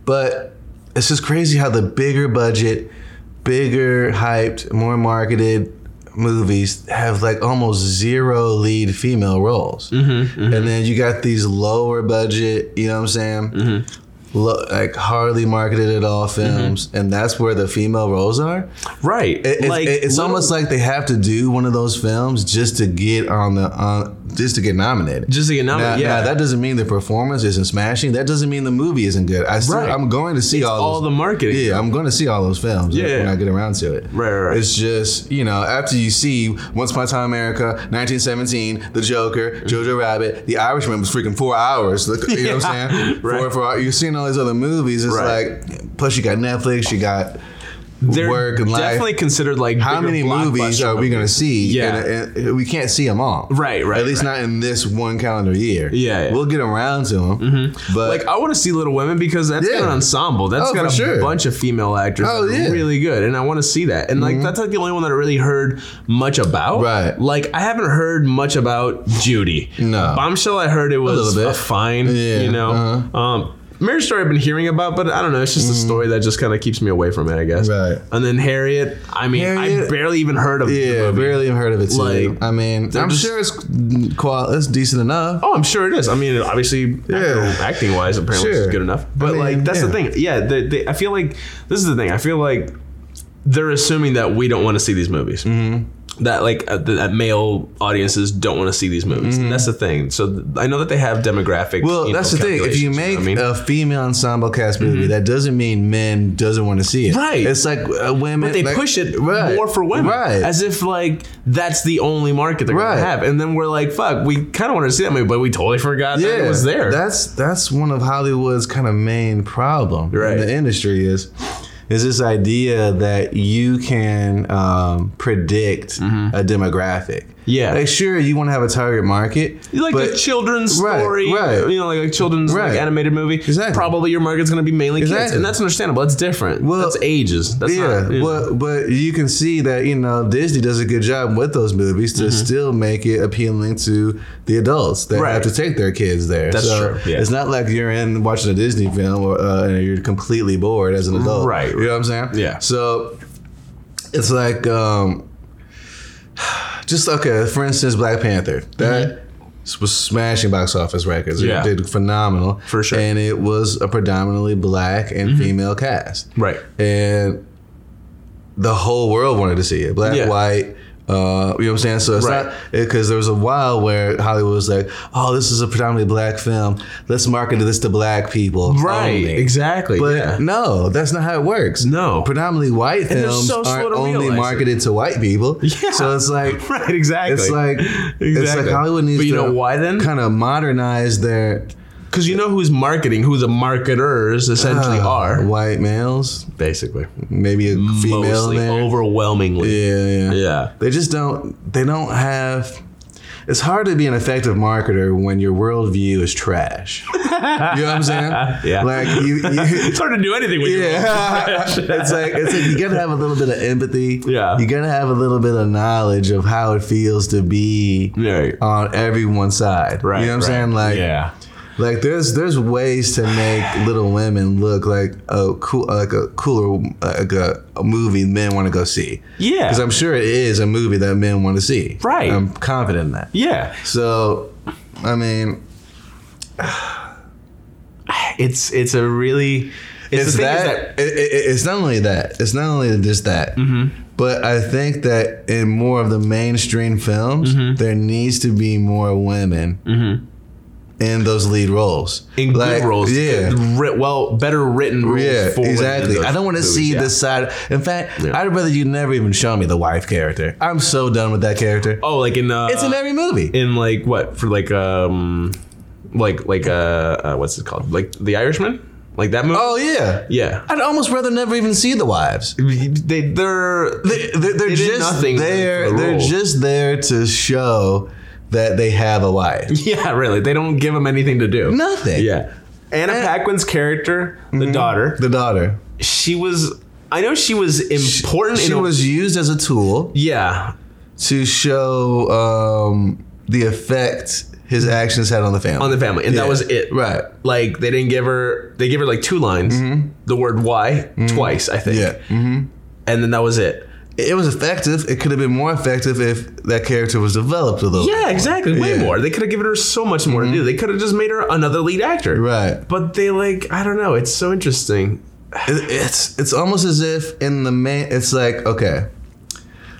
But it's just crazy how the bigger budget, bigger hyped, more marketed movies have like almost zero lead female roles. And then you got these lower budget, you know what I'm saying? lo- like hardly marketed at all films, and that's where the female roles are. right. It- it's like it's little- almost like they have to do one of those films just to get on the on just to get nominated. just to get Now- nominated. now, yeah, that doesn't mean the performance isn't smashing. That doesn't mean the movie isn't good. I still, Right. I'm going to see all, all those- the marketing. Yeah, I'm going to see all those films Yeah. when I get around to it. Right, right, right. It's just you know after you see Once Upon a Time in America, 1917, The Joker, Jojo Rabbit, The Irishman was freaking four hours. Look, You know what Yeah, I'm saying? right. Four, four. You're seeing all these other movies. It's Right. like plus you got Netflix, you got they're work and life. definitely considered like How bigger many movies Oh, blockbuster are we going to movies. see? Yeah. And, and we can't see them all. Right, right, At least not in this one calendar year. Yeah, yeah. We'll get around to them. But Like I want to see Little Women because that's Yeah. got an ensemble. That's Oh, got for a sure. bunch of female actors. Oh, that are yeah. Mm-hmm. really good, and I want to see that. And like that's like the only one that I really heard much about. Right. Like I haven't heard much about Judy. No. Bombshell. I heard it was little a, bit. fine. Yeah, You know. uh-huh. Mm-hmm. Um, Marriage Story I've been hearing about, but I don't know. It's just a story that just kind of keeps me away from it, I guess. Right. And then Harriet. I mean, I Harriet- barely even heard of. the yeah, movie. barely even heard of it. Too. Like, I mean, I'm just- sure it's qual. It's decent enough. Oh, I'm sure it is. I mean, obviously, Yeah. acting wise, apparently Sure. it's good enough. But I mean, like, that's the yeah. thing. Yeah, they, they, I feel like this is the thing. I feel like they're assuming that we don't want to see these movies. Mm-hmm. That like uh, that male audiences don't want to see these movies. And that's the thing. So th- I know that they have demographic. Mm-hmm. Well, you know, that's the thing. If you calculations, make know what I mean? Mm-hmm. a female ensemble cast movie, that doesn't mean men doesn't want to see it. Right. It's like uh, women. but they like- push it right, more for women, Right. As if like that's the only market they're Right. gonna have. And then we're like, fuck, we kind of wanted to see that movie, but we totally forgot that it was there. That's that's one of Hollywood's kind of main problem Right. in the industry is is this idea that you can um, predict a demographic. Mm-hmm. Yeah. like sure you want to have a target market, like a children's Right, story, right. you know, like a children's like Right. animated movie. Exactly. Probably your market's going to be mainly kids, Exactly. and that's understandable. That's different. Well, that's ages. That's yeah, not, you know. but but you can see that you know Disney does a good job with those movies to still make it appealing to the adults that Mm-hmm. Right. have to take their kids there. That's So true, yeah. It's not like you're in watching a Disney film or, uh, and you're completely bored as an adult. Right. You know what I'm saying? Yeah. So it's like um, just okay. For instance, Black Panther that. Was smashing box office records. It Mm-hmm. Yeah. did phenomenal For sure. Mm-hmm. and it was a predominantly black and female cast right. and the whole world wanted to see it black Yeah. white uh, you know what I'm saying? So it's Right. not because there was a while where Hollywood was like, "Oh, this is a predominantly black film. Let's market this to black people." Right, only." exactly, But yeah. no, that's not how it works. No. predominantly white they're films so slow aren't to only realize it. marketed to white people. Yeah. So it's like Right, exactly. it's like it's like Hollywood needs But you to know why then? kind of modernize their Because you know who's marketing, who the marketers essentially uh, are, white males, basically, maybe a female mostly in there. overwhelmingly. yeah, yeah. yeah. They just don't. They don't have. It's hard to be an effective marketer when your worldview is trash. you know what I'm saying? Yeah. Like you. you It's hard to do anything with you. yeah, it's like it's like you gotta have a little bit of empathy. Yeah. you gotta have a little bit of knowledge of how it feels to be Right. on everyone's side. Right. you know what I'm right. saying? Like, yeah. like there's there's ways to make Little Women look like a cool like a cooler like a, a movie men want to go see. Yeah. Because I'm sure it is a movie that men want to see. Right. I'm confident in that. Yeah. So, I mean, It's it's a really. It's, it's the thing is that, it- it- it's not only that. It's not only just that. Mm-hmm. But I think that in more of the mainstream films, Mm-hmm. there needs to be more women in those lead roles. in Like, good roles. Yeah. good writ- well, better written roles. Yeah, for exactly. those I don't want to movies, see yeah. this side. In fact, Yeah. I'd rather you never even show me the wife character. I'm so done with that character. Oh, like in uh, it's in every movie. in like what for like um like like uh, uh what's it called like The Irishman like that movie. oh yeah. Yeah, I'd almost rather never even see the wives. they they're They, are they're did just nothing there. for the they're role. just there to show that they have a wife. yeah really they don't give them anything to do. Nothing. Yeah, Anna Paquin's character, Mm-hmm. the daughter, The daughter. she was. I know she was important. She in a- was used as a tool Yeah, to show um, the effect his actions had on the family. on the family, and that Yeah. was it. Right. Like they didn't give her. They gave her like two lines. The word "why" twice, I think. Mm-hmm. Yeah. hmm and then that was it. it was effective. It could have been more effective if that character was developed a little. Yeah, exactly. Way Yeah. Mm-hmm. more. They could have given her so much more to do. They could have just made her another lead actor. Right. But they like, I don't know. It's so interesting. It- it's it's almost as if in the main it's like okay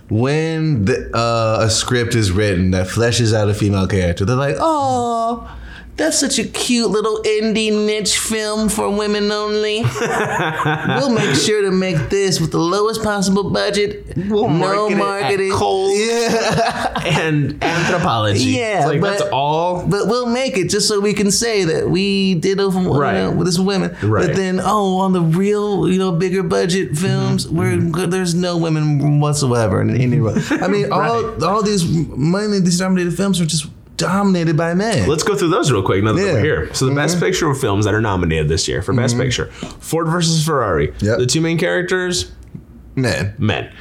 when the, uh, a script is written that fleshes out a female character they're like oh that's such a cute little indie niche film for women only we'll make sure to make this with the lowest possible budget We'll market it at Kohl's. yeah And anthropology. Yeah, It's like but- that's all. but we'll make it just so we can say that we did it from, Right. you know, with this women. Right. But then, oh, on the real, you know, bigger budget films, Mm-hmm. where there's no women whatsoever in any role. I mean, all all these mainly these nominated films are just dominated by men. Let's go through those real quick. Now that Yeah. Mm-hmm. we're here, so the best picture films that are nominated this year for best picture: Ford versus Ferrari. Yep. The two main characters, men, men.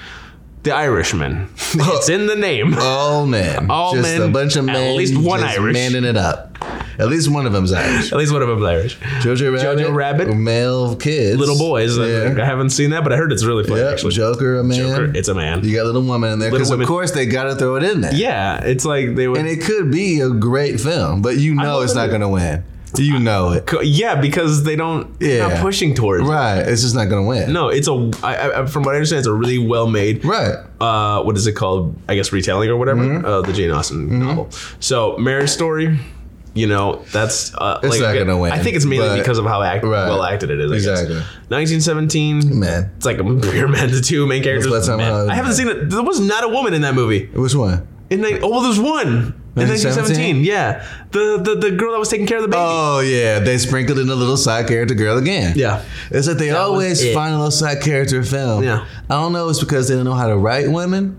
The Irishman. Oh. it's in the name. all men, All just a men, bunch of at men, least one just Irish. manning it up. At least one of them's Irish. At least one of them is Irish. Jojo Rabbit, Jojo Rabbit. male kids, Little boys. I- I Yeah. haven't seen that, but I heard it's really funny. Yep, Actually, Joker, a man. Joker, it's a man. You got little woman in there Little because of Women. course they got to throw it in there. Yeah, it's like they would. And it could be a great film, but you know love it's not it. going to win. You know it. Co- yeah, because they don't. Yeah. They're Yeah. not pushing towards. it. Right. It's just not going to win. No, it's a. I, I, from what I understand, it's a really well made. Right. Mm-hmm. Uh, what is it called? I guess retelling or whatever. Uh, the Jane Austen novel. So Marriage Story. You know that's uh, It's not gonna win, I think it's mainly but- because of how act, Right. well acted it is. I guess. Exactly. 1917. Man. It's like a pure man. The two main characters. Let's let men. some, uh, I haven't seen it. There was not a woman in that movie. Which one? In nine- oh, well, there's one. In 1917, 1917? yeah, the, the the girl that was taking care of the baby. Oh, yeah. They sprinkled in a little side character girl again. Yeah. It's like they always it. find a little side character film. Yeah. I don't know. It's because they don't know how to write women.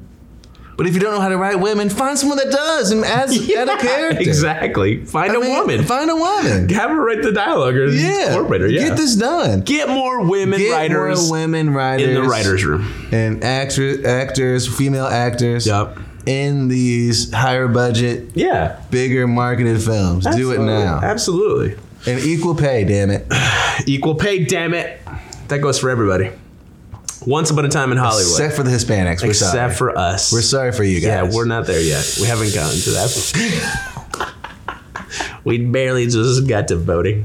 But if you don't know how to write women, find someone that does and add, add a character. Exactly. Find I a mean, woman. Find a woman. Have her write the dialogue or Yeah. incorporate her. Yeah. Get this done. Get more women Get writers more women writers in the writers room. and actors, actors, female actors. Yep. in these higher budget, Yeah. bigger marketed films. Do it Absolutely. now. Absolutely. And equal pay, damn it. Equal pay, damn it. That goes for everybody. Once upon a time in Hollywood. Except, Except for the Hispanics. We're sorry. for us. We're sorry for you yeah, guys. we're not there yet. We haven't gotten to that. we barely just got to voting.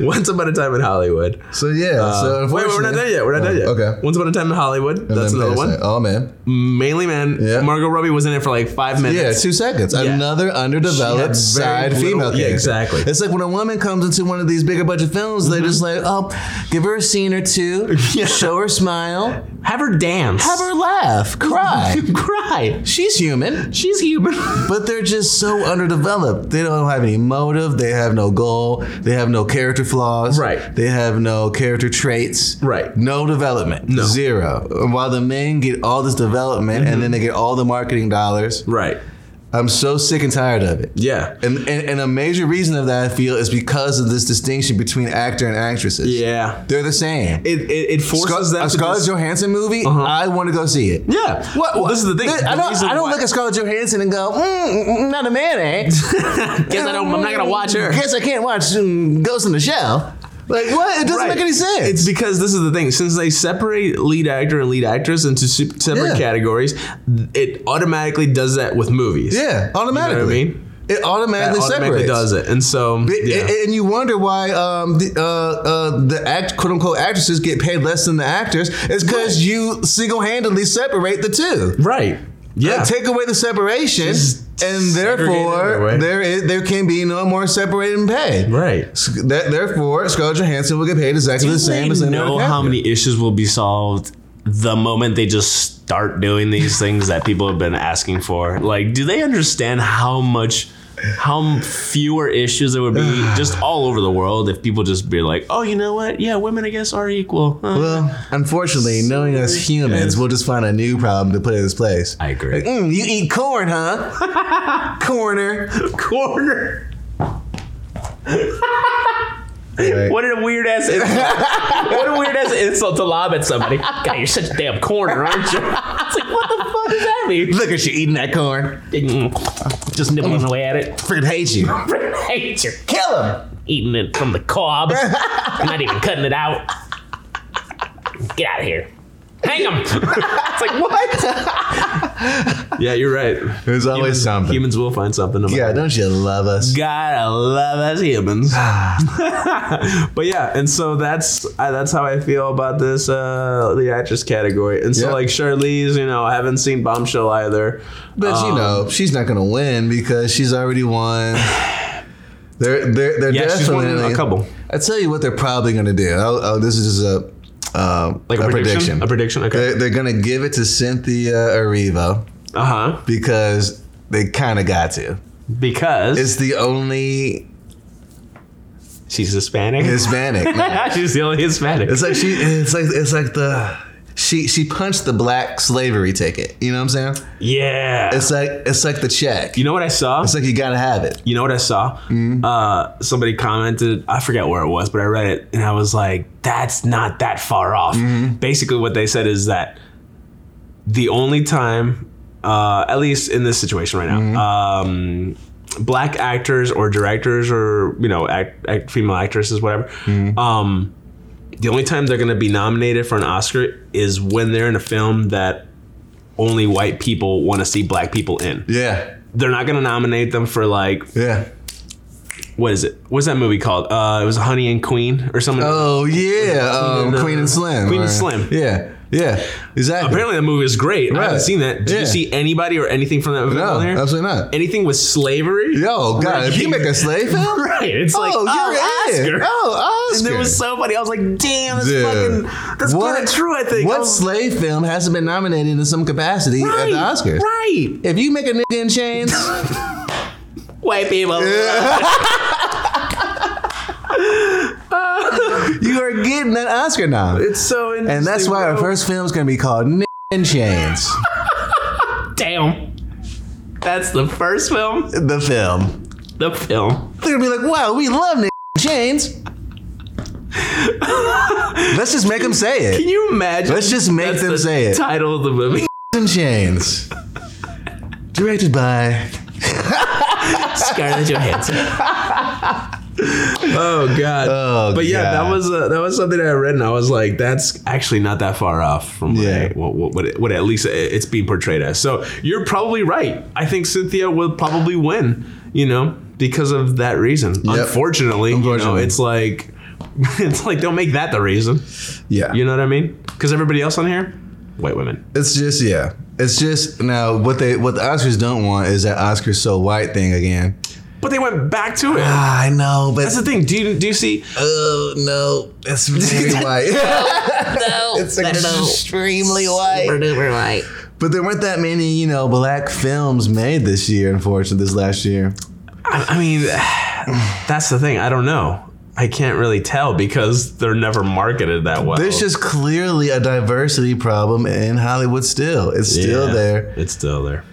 Once upon a time in Hollywood. So yeah. so Uh, Wait, wait, we're not done unfortunately- yet. We're not done yet. Oh, Okay. Once upon a time in Hollywood. That's another one. Oh man. Mainly man. Yeah. Margot Robbie was in it for like five Yeah, minutes. two seconds. Yeah. Another She had underdeveloped very side little- female. yeah, character. exactly. Mm-hmm. It's like when a woman comes into one of these bigger budget films, they're just like, oh, give her a scene or two, show her smile, Have her dance. have her laugh, cry. cry. She's human. She's human. But they're just so underdeveloped. They don't have any motive. They have no goal. They have no character flaws. Right. They have no character traits. Right. No development. No. Zero. And While the men get all this development and then they get all the marketing dollars. right. I'm so sick and tired of it. Yeah. And, and, and a major reason of that I feel is because of this distinction between actor and actresses. Yeah. They're the same. It it, it Scar- forces them a to Scarlett just- Uh-huh. Johansson movie, I want to go see it. Yeah. What, Well, this is the thing. I The don't, reason I don't why- look at Scarlett Johansson and go, mm, mm, not a man, eh? Guess I don't. I'm not gonna watch her. Guess I can't watch mm, Ghost in the Shell. Like what? It doesn't Right. make any sense. It's because this is the thing. Since they separate lead actor and lead actress into su- separate Yeah. categories, it automatically does that with movies. yeah, automatically. You know what I mean? It automatically, It automatically separates. does it, and so It- yeah. it- and you wonder why um, the, uh, uh, the act quote unquote actresses get paid less than the actors. It's because you single handedly separate the two. right. Yeah. Like, take away the separation, Just and segregate it therefore away. there is there can be no more separated pay. right. S- That, therefore, Scarlett Johansson will get paid exactly the same as they any know other oh, how character. many issues will be solved the moment they just start doing these things that people have been asking for. Like, do they understand how much, how m- fewer issues there would be just all over the world if people just be like, oh, you know what? Yeah, women, I guess, are equal. Huh. Well, unfortunately, knowing us humans, we'll just find a new problem to put in its place. I agree. Mm, you eat corn, huh? Corner. Corner. Right. What a weird ass insult. what a weird ass insult to lob at somebody. God, you're such a damn corner, aren't you? It's like, what the fuck does that mean? Mm. Look at you eating that corn. Just nibbling away at it. Freaking hates you. I hate you. Kill him. eating it from the cob. I'm not even cutting it out. Get out of here. Hang him. it's like what? yeah, you're right. There's always Humans, something. humans will find something. About Yeah, don't you love us? gotta love us humans. but yeah, and so that's I, that's how I feel about this uh, the actress category. And so Yeah. like Charlize, you know, I haven't seen Bombshell either. But you Um, know, she's not gonna win because she's already won. They're they're they're Yeah, she's won definitely a couple. I tell you what, they're probably gonna do. Oh, oh this is just a uh, Like a, prediction? A prediction. Okay. They're, they're gonna give it to Cynthia Erivo Uh huh. because they kind of got to. Because It's the only she's Hispanic. Hispanic. No. she's the only Hispanic. It's like she. It's like it's like the. She she punched the black slavery ticket. You know what I'm saying? yeah. It's like it's like the check. you know what I saw? It's like you gotta have it. You know what I saw? Uh, somebody commented, I forget where it was, but I read it and I was like, that's not that far off. Basically, what they said is that the only time, uh, at least in this situation right now, um, black actors or directors or, you know, act, act, female actresses, whatever, um, the only time they're going to be nominated for an Oscar is when they're in a film that only white people want to see black people in. Yeah. They're not going to nominate them for like Yeah. what is it? What's that movie called? Uh, it was Honey and Queen or something. Oh yeah, um, uh, Queen and Slim. Queen and or- Slim. Yeah, yeah, exactly. Apparently that movie is great. I haven't Right. seen that. Did you Yeah. see anybody or anything from that movie no, on there? absolutely not. Anything with slavery? Yo, God, if you make a slave film, right. It's like oh, oh, you're Oscar. in. Oh, Oscar. And there was so funny. I was like, damn, that's Dude. fucking that's What- kind of true. I think. I What was- slave film hasn't been nominated in some capacity at right, the Oscars? Right. If you make a nigga in chains, White people. you are getting that Oscar now. It's oh. so interesting. and that's why our bro. first film's gonna be called Nigga in Chains. damn. That's the first film. the film. The film. They're gonna be like, wow, we love Nigga in Chains. Let's just make them say it. Can you imagine? Let's just make That's them the say it. Title of the movie. in Chains. Directed by. Scarlett Johansson. oh god. Oh, but yeah, God. that was uh, that was something I read, and I was like, that's actually not that far off from what, Yeah. I- what, what, what, it- what at least it- it's being portrayed as. So you're probably right. I think Cynthia will probably win. You know, because of that reason. Unfortunately, you know, Unfortunately. it's like. It's like don't make that the reason. Yeah. You know what I mean? Because everybody else on here, white women. It's just yeah. It's just now what they what the Oscars don't want is that Oscars so white thing again. But they went back to it. Ah, I know, but That's the thing. Do you do you see? oh no, it's really white. No, it's extremely super white. duper light. But there weren't that many, you know, black films made this year. Unfortunately, this last year. I, I mean, that's the thing. I don't know. I can't really tell because they're never marketed that well. There's just clearly a diversity problem in Hollywood. Still, it's still Yeah, there. It's still there.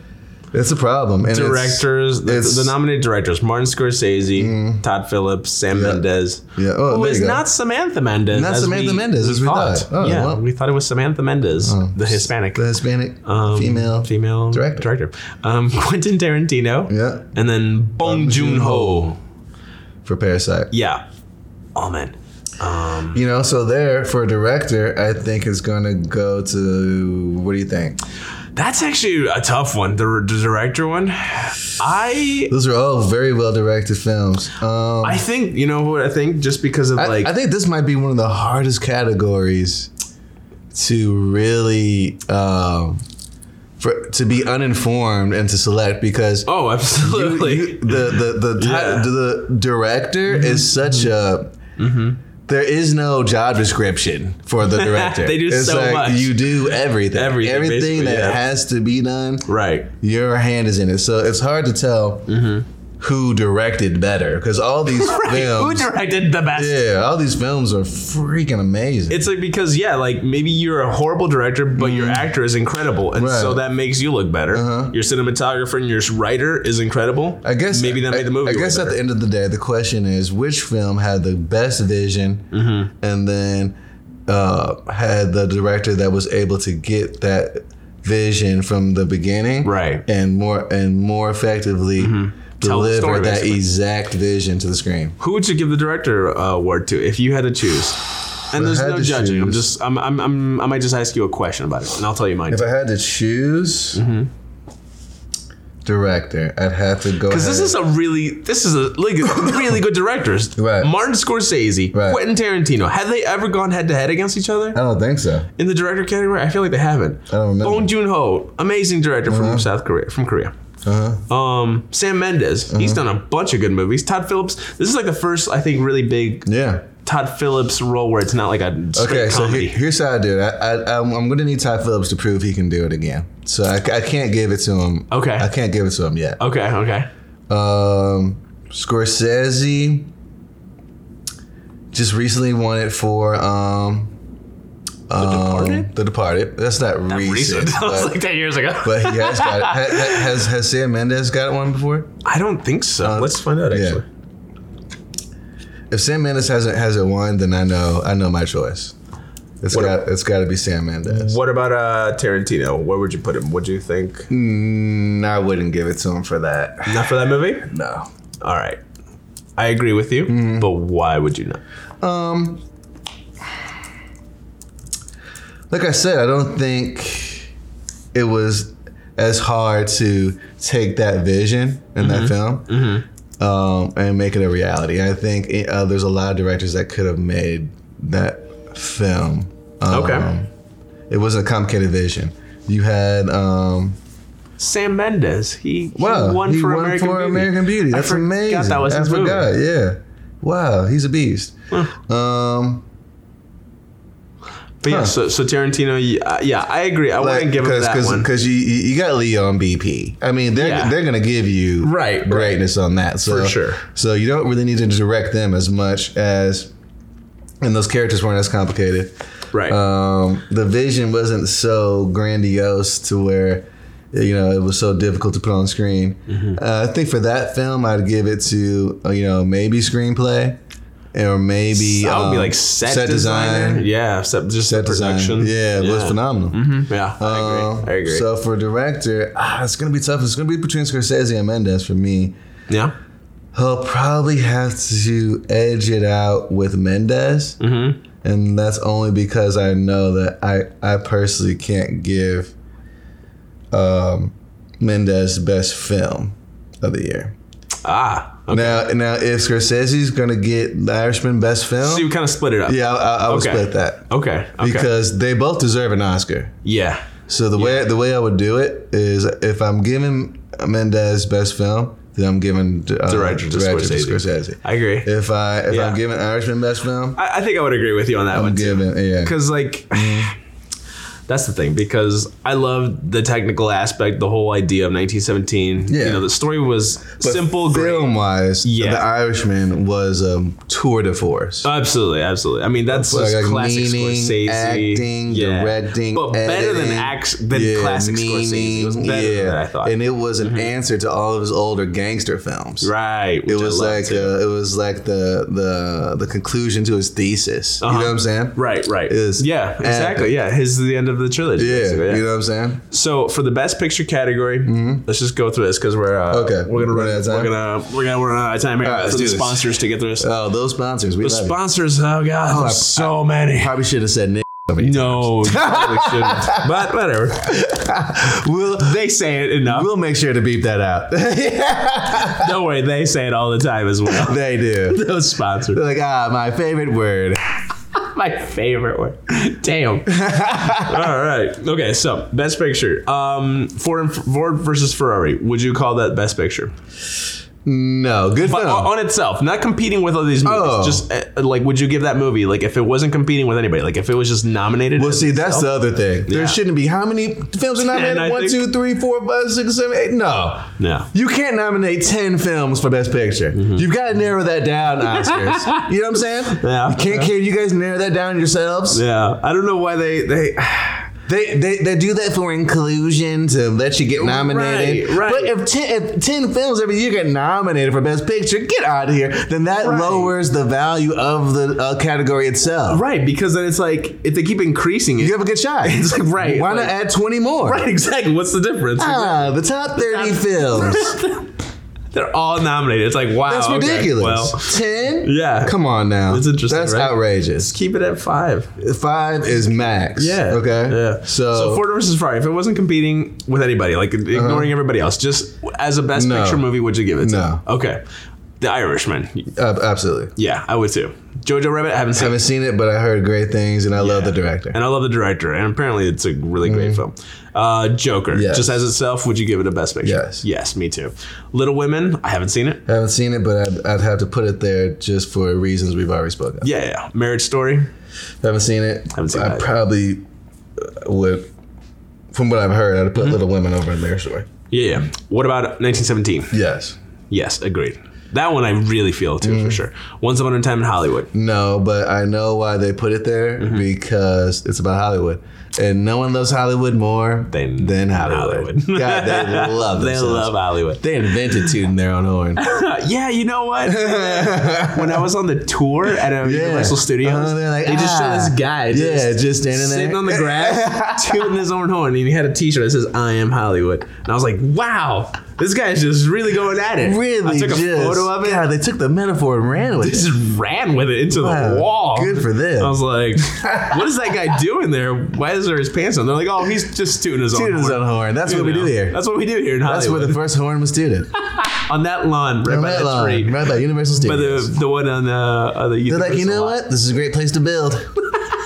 It's a problem. And it's- Directors, the, it's- Mm. the nominated directors: Martin Scorsese, Todd Phillips, Sam Mendes. Yeah. Oh, Who there is you go. not Samantha Mendes? Not as Samantha Mendes, as we thought. Oh, yeah, well. Oh, we thought it was Samantha Mendes, the Hispanic, the Hispanic um, female female director. Um, Quentin Tarantino, Yeah, and then Bong Joon Ho. for Parasite. Yeah. Oh man. Um, You know, so there for a director, I think it's gonna go to what do you think? that's actually a tough one. The, the director one. I Those are all very well directed films. Um, I I, think you know what I think just because of like I think this might be one of the hardest categories to really um, for to be uninformed and to select because oh you- absolutely you- the the the, ti- Yeah. Mm-hmm. the director is such a there is no job description for the director. They do it's so like much. You do everything. Everything, Everything basically, that yeah. has to be done, right your hand is in it. So it's hard to tell Mm-hmm. who directed better because all these who films, directed the best. yeah, all these films are freaking amazing. It's like because yeah, like maybe you're a horrible director, but your actor is incredible, and Mm-hmm. Right. so that makes you look better. Uh-huh. Your cinematographer and your writer is incredible. I guess maybe that I- made the movie. I guess at the end of the day, the question is which film had the best vision, Mm-hmm. and then uh, had the director that was able to get that vision from the beginning, Right. Mm-hmm. and more and more effectively Tell the deliver story, that basically. exact vision to the screen. Who would you give the director uh, award to if you had to choose? and I there's had no to judging. I'm choose- just I'm, I'm I'm I might just ask you a question about it, and I'll tell you mine. If I had to choose Mm-hmm. director, I'd have to go. Because this ahead- is a really, this is a like really good directors. Right. Martin Scorsese, Right. Quentin Tarantino. Have they ever gone head to head against each other I don't think so. in the director category? I feel like they haven't. I don't remember. Bong Joon Ho, amazing director from South Korea, from Korea. Uh-huh. Um, Sam Mendes, he's done a bunch of good movies. Todd Phillips, this is like the first, I think, really big Yeah. Todd Phillips role where it's not like a straight Okay, so comedy. he- here's how I do it. I, I, I'm, I'm going to need Ty Phillips to prove he can do it again. So I, I can't give it to him. Okay. I can't give it to him yet. okay, okay. Um, Scorsese just recently won it for um, The Departed? The Departed. That's not, recent. Recent. That was but, like 10 years ago. but he has got it. Ha- ha- Has, has Sam Mendes got one before? I don't think so. Let's find out, Uh, yeah. actually. If Sam Mendes hasn't hasn't won, then I know I know my choice. It's What- got it's got to be Sam Mendes. What about uh, Tarantino? Where would you put him? Would you think? Mm, I wouldn't give it to him for that. Not for that movie? No. All right. I agree with you, Mm-hmm. but why would you not? Um, like I said, I don't think it was as hard to take that vision in Mm-hmm. that film um, and make it a reality. I think it, uh, there's a lot of directors that could have made that film. Um, Okay. It wasn't a complicated vision. You had um, Sam Mendes. He, he wow, won he for, won American, for Beauty. American Beauty. I That's forgot amazing. that was I his movie. forgot. Yeah. Wow, he's a beast. um. But yeah, Huh. so, so Tarantino, yeah, uh, yeah, I agree. I wouldn't give him cause, that cause, one. 'cause you you you got Leo on BP. I mean, they're Yeah. they're gonna give you Right, right. greatness on that. So For sure. So you don't really need to direct them as much as, and those characters weren't as complicated. right. Um, the vision wasn't so grandiose to where, you know, it was so difficult to put on screen. Mm-hmm. Uh, I think for that film, I'd give it to uh, you know maybe screenplay, or maybe I would be um, like set, designer. Yeah, set, just Set the production. Mm-hmm. design, yeah, it was phenomenal. Yeah, I Um, agree. I agree. So for director, ah, it's gonna be tough. It's gonna be between Scorsese and Mendes for me. yeah. He'll probably have to edge it out with Mendes, Mm-hmm. and that's only because I know that I I personally can't give um, Mendes best film of the year. Ah. Okay. Now now if Scorsese's gonna get The Irishman best film, So you kind of split it up. yeah, I, I, I would Okay. split that Okay. Okay. because they both deserve an Oscar. yeah. So the way the way I would do it is if I'm giving Mendez best film, then I'm giving uh, Director to Scorsese. I agree. If I if Yeah. I'm giving Irishman best film, I, I think I would agree with you on that I'm one too. giving yeah. because like that's the thing because i love the technical aspect the whole idea of 1917 Yeah. you know the story was But simple great film wise, Yeah. the Irishman was a tour de force. absolutely absolutely i mean that's just Like, classic meaning, scorsese acting, directing, but better than editing. act than Yeah, classic scorsese it was meaning, better than that, i thought Mm-hmm. and it was an answer to all of his older gangster films. right It was like uh, it was like the the the conclusion to his thesis. You Uh-huh. know what I'm saying? Right, right. is- yeah, exactly. Yeah, his the end of the trilogy. Yeah, basically, you know what I'm saying? So for the best picture category, let's just go through this because we're uh, Mm-hmm. Okay, We're gonna run run. out of We're time? gonna we're gonna run out of time here. right, let's let's do do this. sponsors to get through this. Oh, those sponsors. We the love you. sponsors, oh god, there's I- so many. Probably should have said Nick. No, you probably shouldn't. But whatever. We'll They say it enough. we'll make sure to beep that out. Don't worry, they say it all the time as well. they do. Those sponsors. They're like ah, my favorite word. My favorite one. Damn. all right. Okay, so best picture. Um Ford and Ford versus Ferrari. Would you call that best picture? No, good But film. Uh, on itself, not competing with all these movies. Oh. Just uh, like would you give that movie like if it wasn't competing with anybody, like if it was just nominated? well, see, that's the other thing. Yeah. There shouldn't be how many films And are I nominated? One, think- two, three, four, five, six, seven, eight. No, No. you can't nominate ten films for Best Picture. Mm-hmm. You've got to narrow that down, Oscars. you know what I'm saying? Yeah. You can't. Can you guys narrow that down yourselves? Yeah. I don't know why they they They, they they do that for inclusion to let you get nominated. Right, right. But if ten, if 10 films every year get nominated for Best Picture, get out of here. Then that Right. lowers the value of the uh, category itself. Right, because then it's like if they keep increasing it. You have a good shot. It's like, right, Why like- not add 20 more? Right, exactly. What's the difference? Ah, the top 30 films. They're all nominated. It's like wow, That's okay, ridiculous. well, Ten? Yeah. Come on now. It's interesting, That's right? outrageous. just keep it at five. Five is max. Yeah. Okay. Yeah. So, Ford versus Ferrari. If it wasn't competing with anybody, like ignoring everybody else, just as a best Uh-huh. No. picture movie, would you give it? to? No. Okay. The Irishman. uh, absolutely. Yeah, I would too. Jojo Rabbit. I haven't seen. Haven't seen it, but I heard great things, and I love the director. And I love the director, and apparently it's a really great film. Uh, Joker, Mm-hmm. Yes. just as itself, would you give it a best picture? Yes. Yes, me too. Little Women, I haven't seen it. Haven't seen it, but I'd, I'd have to put it there just for reasons we've already spoken. of. Yeah, yeah. Marriage Story. Haven't seen it. Haven't seen I that. probably uh, would, from what I've heard, I'd put Mm-hmm. Little Women over in their story. Yeah, yeah. What about 1917? Yes. Yes, agreed. That one I really feel too Mm. for sure. Once Upon a Time in Hollywood. No, but I know why they put it there Mm-hmm. because it's about Hollywood, and no one loves Hollywood more Than- than, Hollywood. Hollywood. God, they love They themselves. love Hollywood. They invented tooting their own horn. Yeah, you know what? when I was on the tour at uh, Universal Studios, Uh-huh, they're like, they just "Ah." show this guy Yeah, just just standing there. sitting on the grass, tooting his own horn, and he had a T-shirt that says "I am Hollywood," and I was like, "Wow, this guy's just really going at it." Really, I took a just, photo of it. God, they took the metaphor and ran with it. Just ran with it into Wow, the wall. Good for them. I was like, "What is that guy doing there? Why is there his pants on?" They're like, "Oh, he's just tooting his tooting own his horn." own horn. That's You what we know? do here. That's, That's what we do here in Hollywood. where the first horn was tooted. on that lawn, right On by that that lawn, tree. right by Universal But Studios. the the one on the uh, the They're like, you know what? This is a great place to build.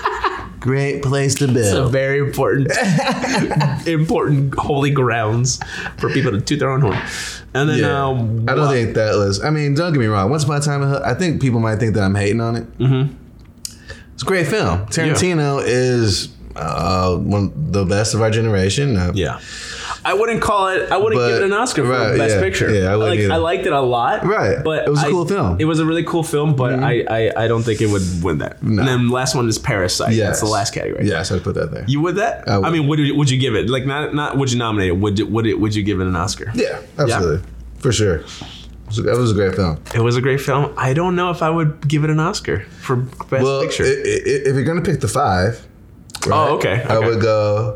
great place to It's a build. very important, important holy grounds for people to toot their own horn. And then Yeah. um, I don't think that was. I mean, don't get me wrong. Once upon a time, in Ho- I think people might think that I'm hating on it. Mm-hmm. It's a great film. Tarantino is uh, one of the best of our generation. Uh, yeah, I wouldn't call it. I wouldn't But- give it an Oscar for right, best yeah, picture. yeah, I wouldn't like, either. I liked it a lot. Right. but It was a I- cool film. Mm-hmm. It was a really cool film, but I, I I don't think it would win that. And then last one is Parasite. Yes. That's the last category. Yes, I'd put that there. You would that? I would. I mean, would you, would you give it like not not would you nominate it? Would you, would it would you give it an Oscar? yeah, absolutely. For sure. It was a- That was a great film. It was a great film. I don't know if I would give it an Oscar for best Well, picture. Oh, i- i- if you're going to pick the five, right, okay, I okay. would go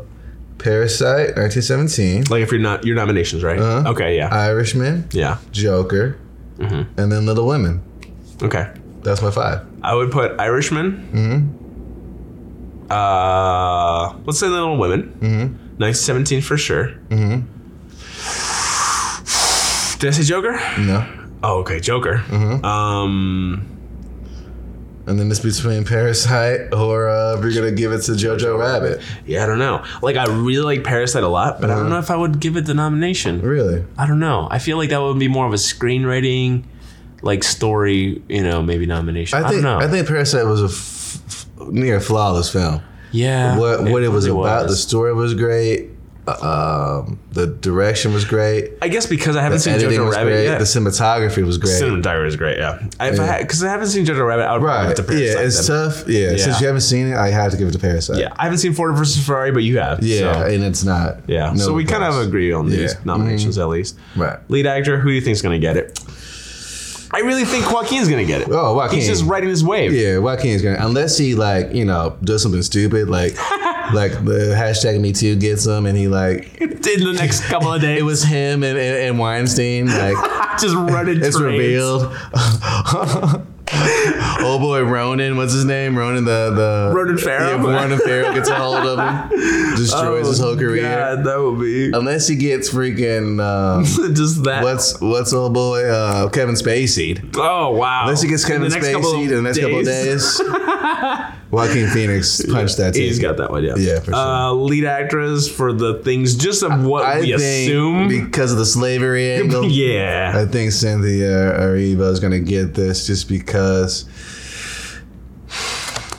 Parasite, 1917, like if you're not your nominations, right? Uh-huh. Okay, yeah, Irishman, yeah, Joker, Mm-hmm. and then Little Women. okay. That's my five. I would put Irishman. Mm-hmm. Uh, let's say Little Women. Mm-hmm. Nice seventeen for sure. Mm-hmm. Did I say Joker? No. Oh, okay, Joker. Mm-hmm. Um, And then it's between Parasite or uh, we're going to give it to Jojo Rabbit. yeah, I don't know. Like, I really like Parasite a lot, but I Mm-hmm. don't know if I would give it the nomination. Really? I don't know. I feel like that would be more of a screenwriting, like story, you know, maybe nomination. I, I think don't I, know. think Parasite was a f- f- near flawless film. yeah. What what it was probably about, the was. story was great. uh, Um, the direction was great. I guess because I haven't seen Editing Jojo was Rabbit great. yet. The The cinematography was great. cinematography is great. Yeah. I- If I Yeah. had because I haven't seen Jojo Rabbit, I would probably Right. give it to Parasite Yeah, it's then. tough. Yeah. Since you haven't seen it, I had to give it to Parasite. yeah. I haven't seen Ford versus Ferrari, but you have. Yeah. So. and it's not. Yeah. no so we kind of applause. agree on these Yeah. Mm-hmm. nominations at least. Right. Lead actor, who do you think's gonna get it? I really think Joaquin's gonna get it. Oh, Joaquin. He's just riding his wave. Yeah, Joaquin's gonna unless he like you know does something stupid like like the hashtag Me Too gets him and he like In the next couple of days, it was him and, and, and Weinstein like just running. it's trains. revealed. oh boy, Ronan, what's his name? Ronan the the Ronan Farrow? Yeah, Ronan Farrow gets a hold of him, destroys his whole career. Oh, Um, God, that would be Unless he gets freaking um, just that. what's what's old boy uh, Kevin Spacey. oh wow! Unless he gets Kevin Spacey in the next couple of days, Joaquin Phoenix punched that. He's ticket. got that one, yeah. Yeah, for sure. Uh, lead actress for the things, just of what I we think assume. because of the slavery angle. yeah, I think Cynthia Erivo is gonna get this just because.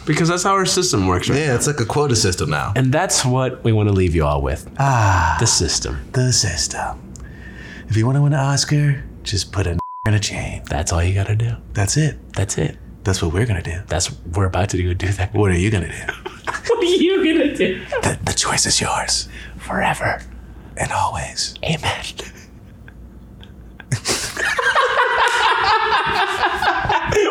because that's how our system works, right? Yeah, it's like a quota system now. And that's what we want to leave you all with. Ah, the system. The system. If you want to win an Oscar, just put a in a chain. That's all you got to do. That's it. That's it. That's what we're gonna do. That's we're about to go do that. What are you gonna do? What are you gonna do? The, the choice is yours, Forever. and always. Amen.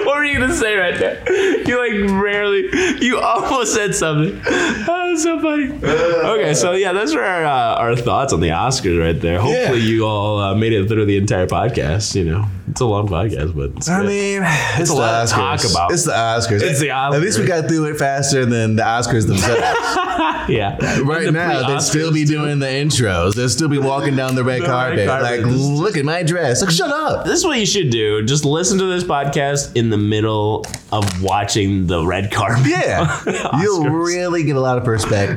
what were you anything to say right there. You like rarely. You almost said something. Oh, that's so funny. Okay, so yeah, those are our, uh, our thoughts on the Oscars right there. Hopefully, Yeah. you all uh, made it through the entire podcast. You know, it's a long podcast, but it's I good. mean, it's, a the lot Oscars. to talk about. It's the Oscars. It's the At least we Oscars. got through it faster than the Oscars themselves. yeah. right The now, they'd pre-Oscars still be doing the intros. They'd still be walking down the red The red carpet, carpet. like, look at my dress. Like, shut up. This is what you should do. Just listen to this podcast in the middle of watching the red carpet. Yeah, you'll Oscars. really get a lot of perspective.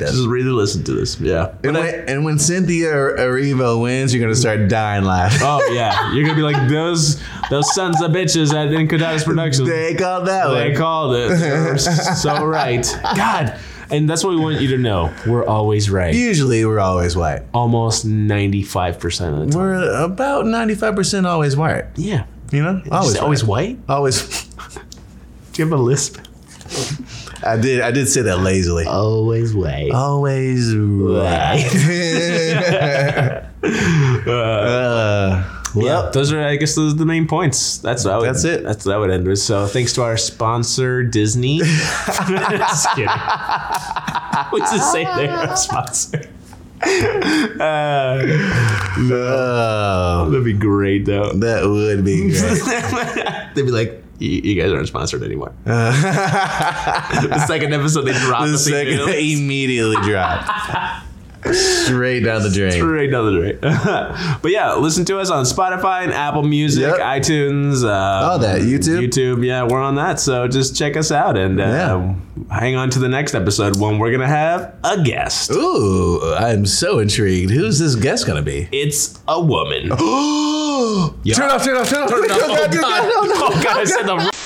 Just really listen to this. Yeah. And when, and when Cynthia Erivo wins, you're gonna start dying laughing. Oh yeah. You're gonna be like those those sons of bitches at Incodatus Productions. They, they called that one. called it. They're so right. God. And that's what we want you to know. We're always right. Usually, we're always white. Almost 95% of the time. We're about 95% always white. Yeah. You know, Always, always, always white? always. Do you have a lisp? I did, I did say that lazily. Oh. Always white. Always Uh, right. uh, Yep. Those are, I guess, those are the main points. That's what I would, That's it. That's what I would end with. So thanks to our sponsor, Disney. Just kidding. What's it say there? Our sponsor. Uh, no. that'd be great though. uh, that would be great. They'd be like, "You- you guys aren't sponsored anymore. Uh, The second episode, they drop the the second second. immediately dropped. Straight down the drain. Right down the drain. but yeah, listen to us on Spotify and Apple Music, Yep. iTunes. Uh, Oh, that YouTube? YouTube. Yeah, we're on that. So just check us out and uh, Yeah. hang on to the next episode when we're going to have a guest. Ooh, I'm so intrigued. Who's this guest gonna be? It's a woman. Oh, turn off, turn off, turn off. Oh, God. No, no, no, no, no. Oh, God, I said the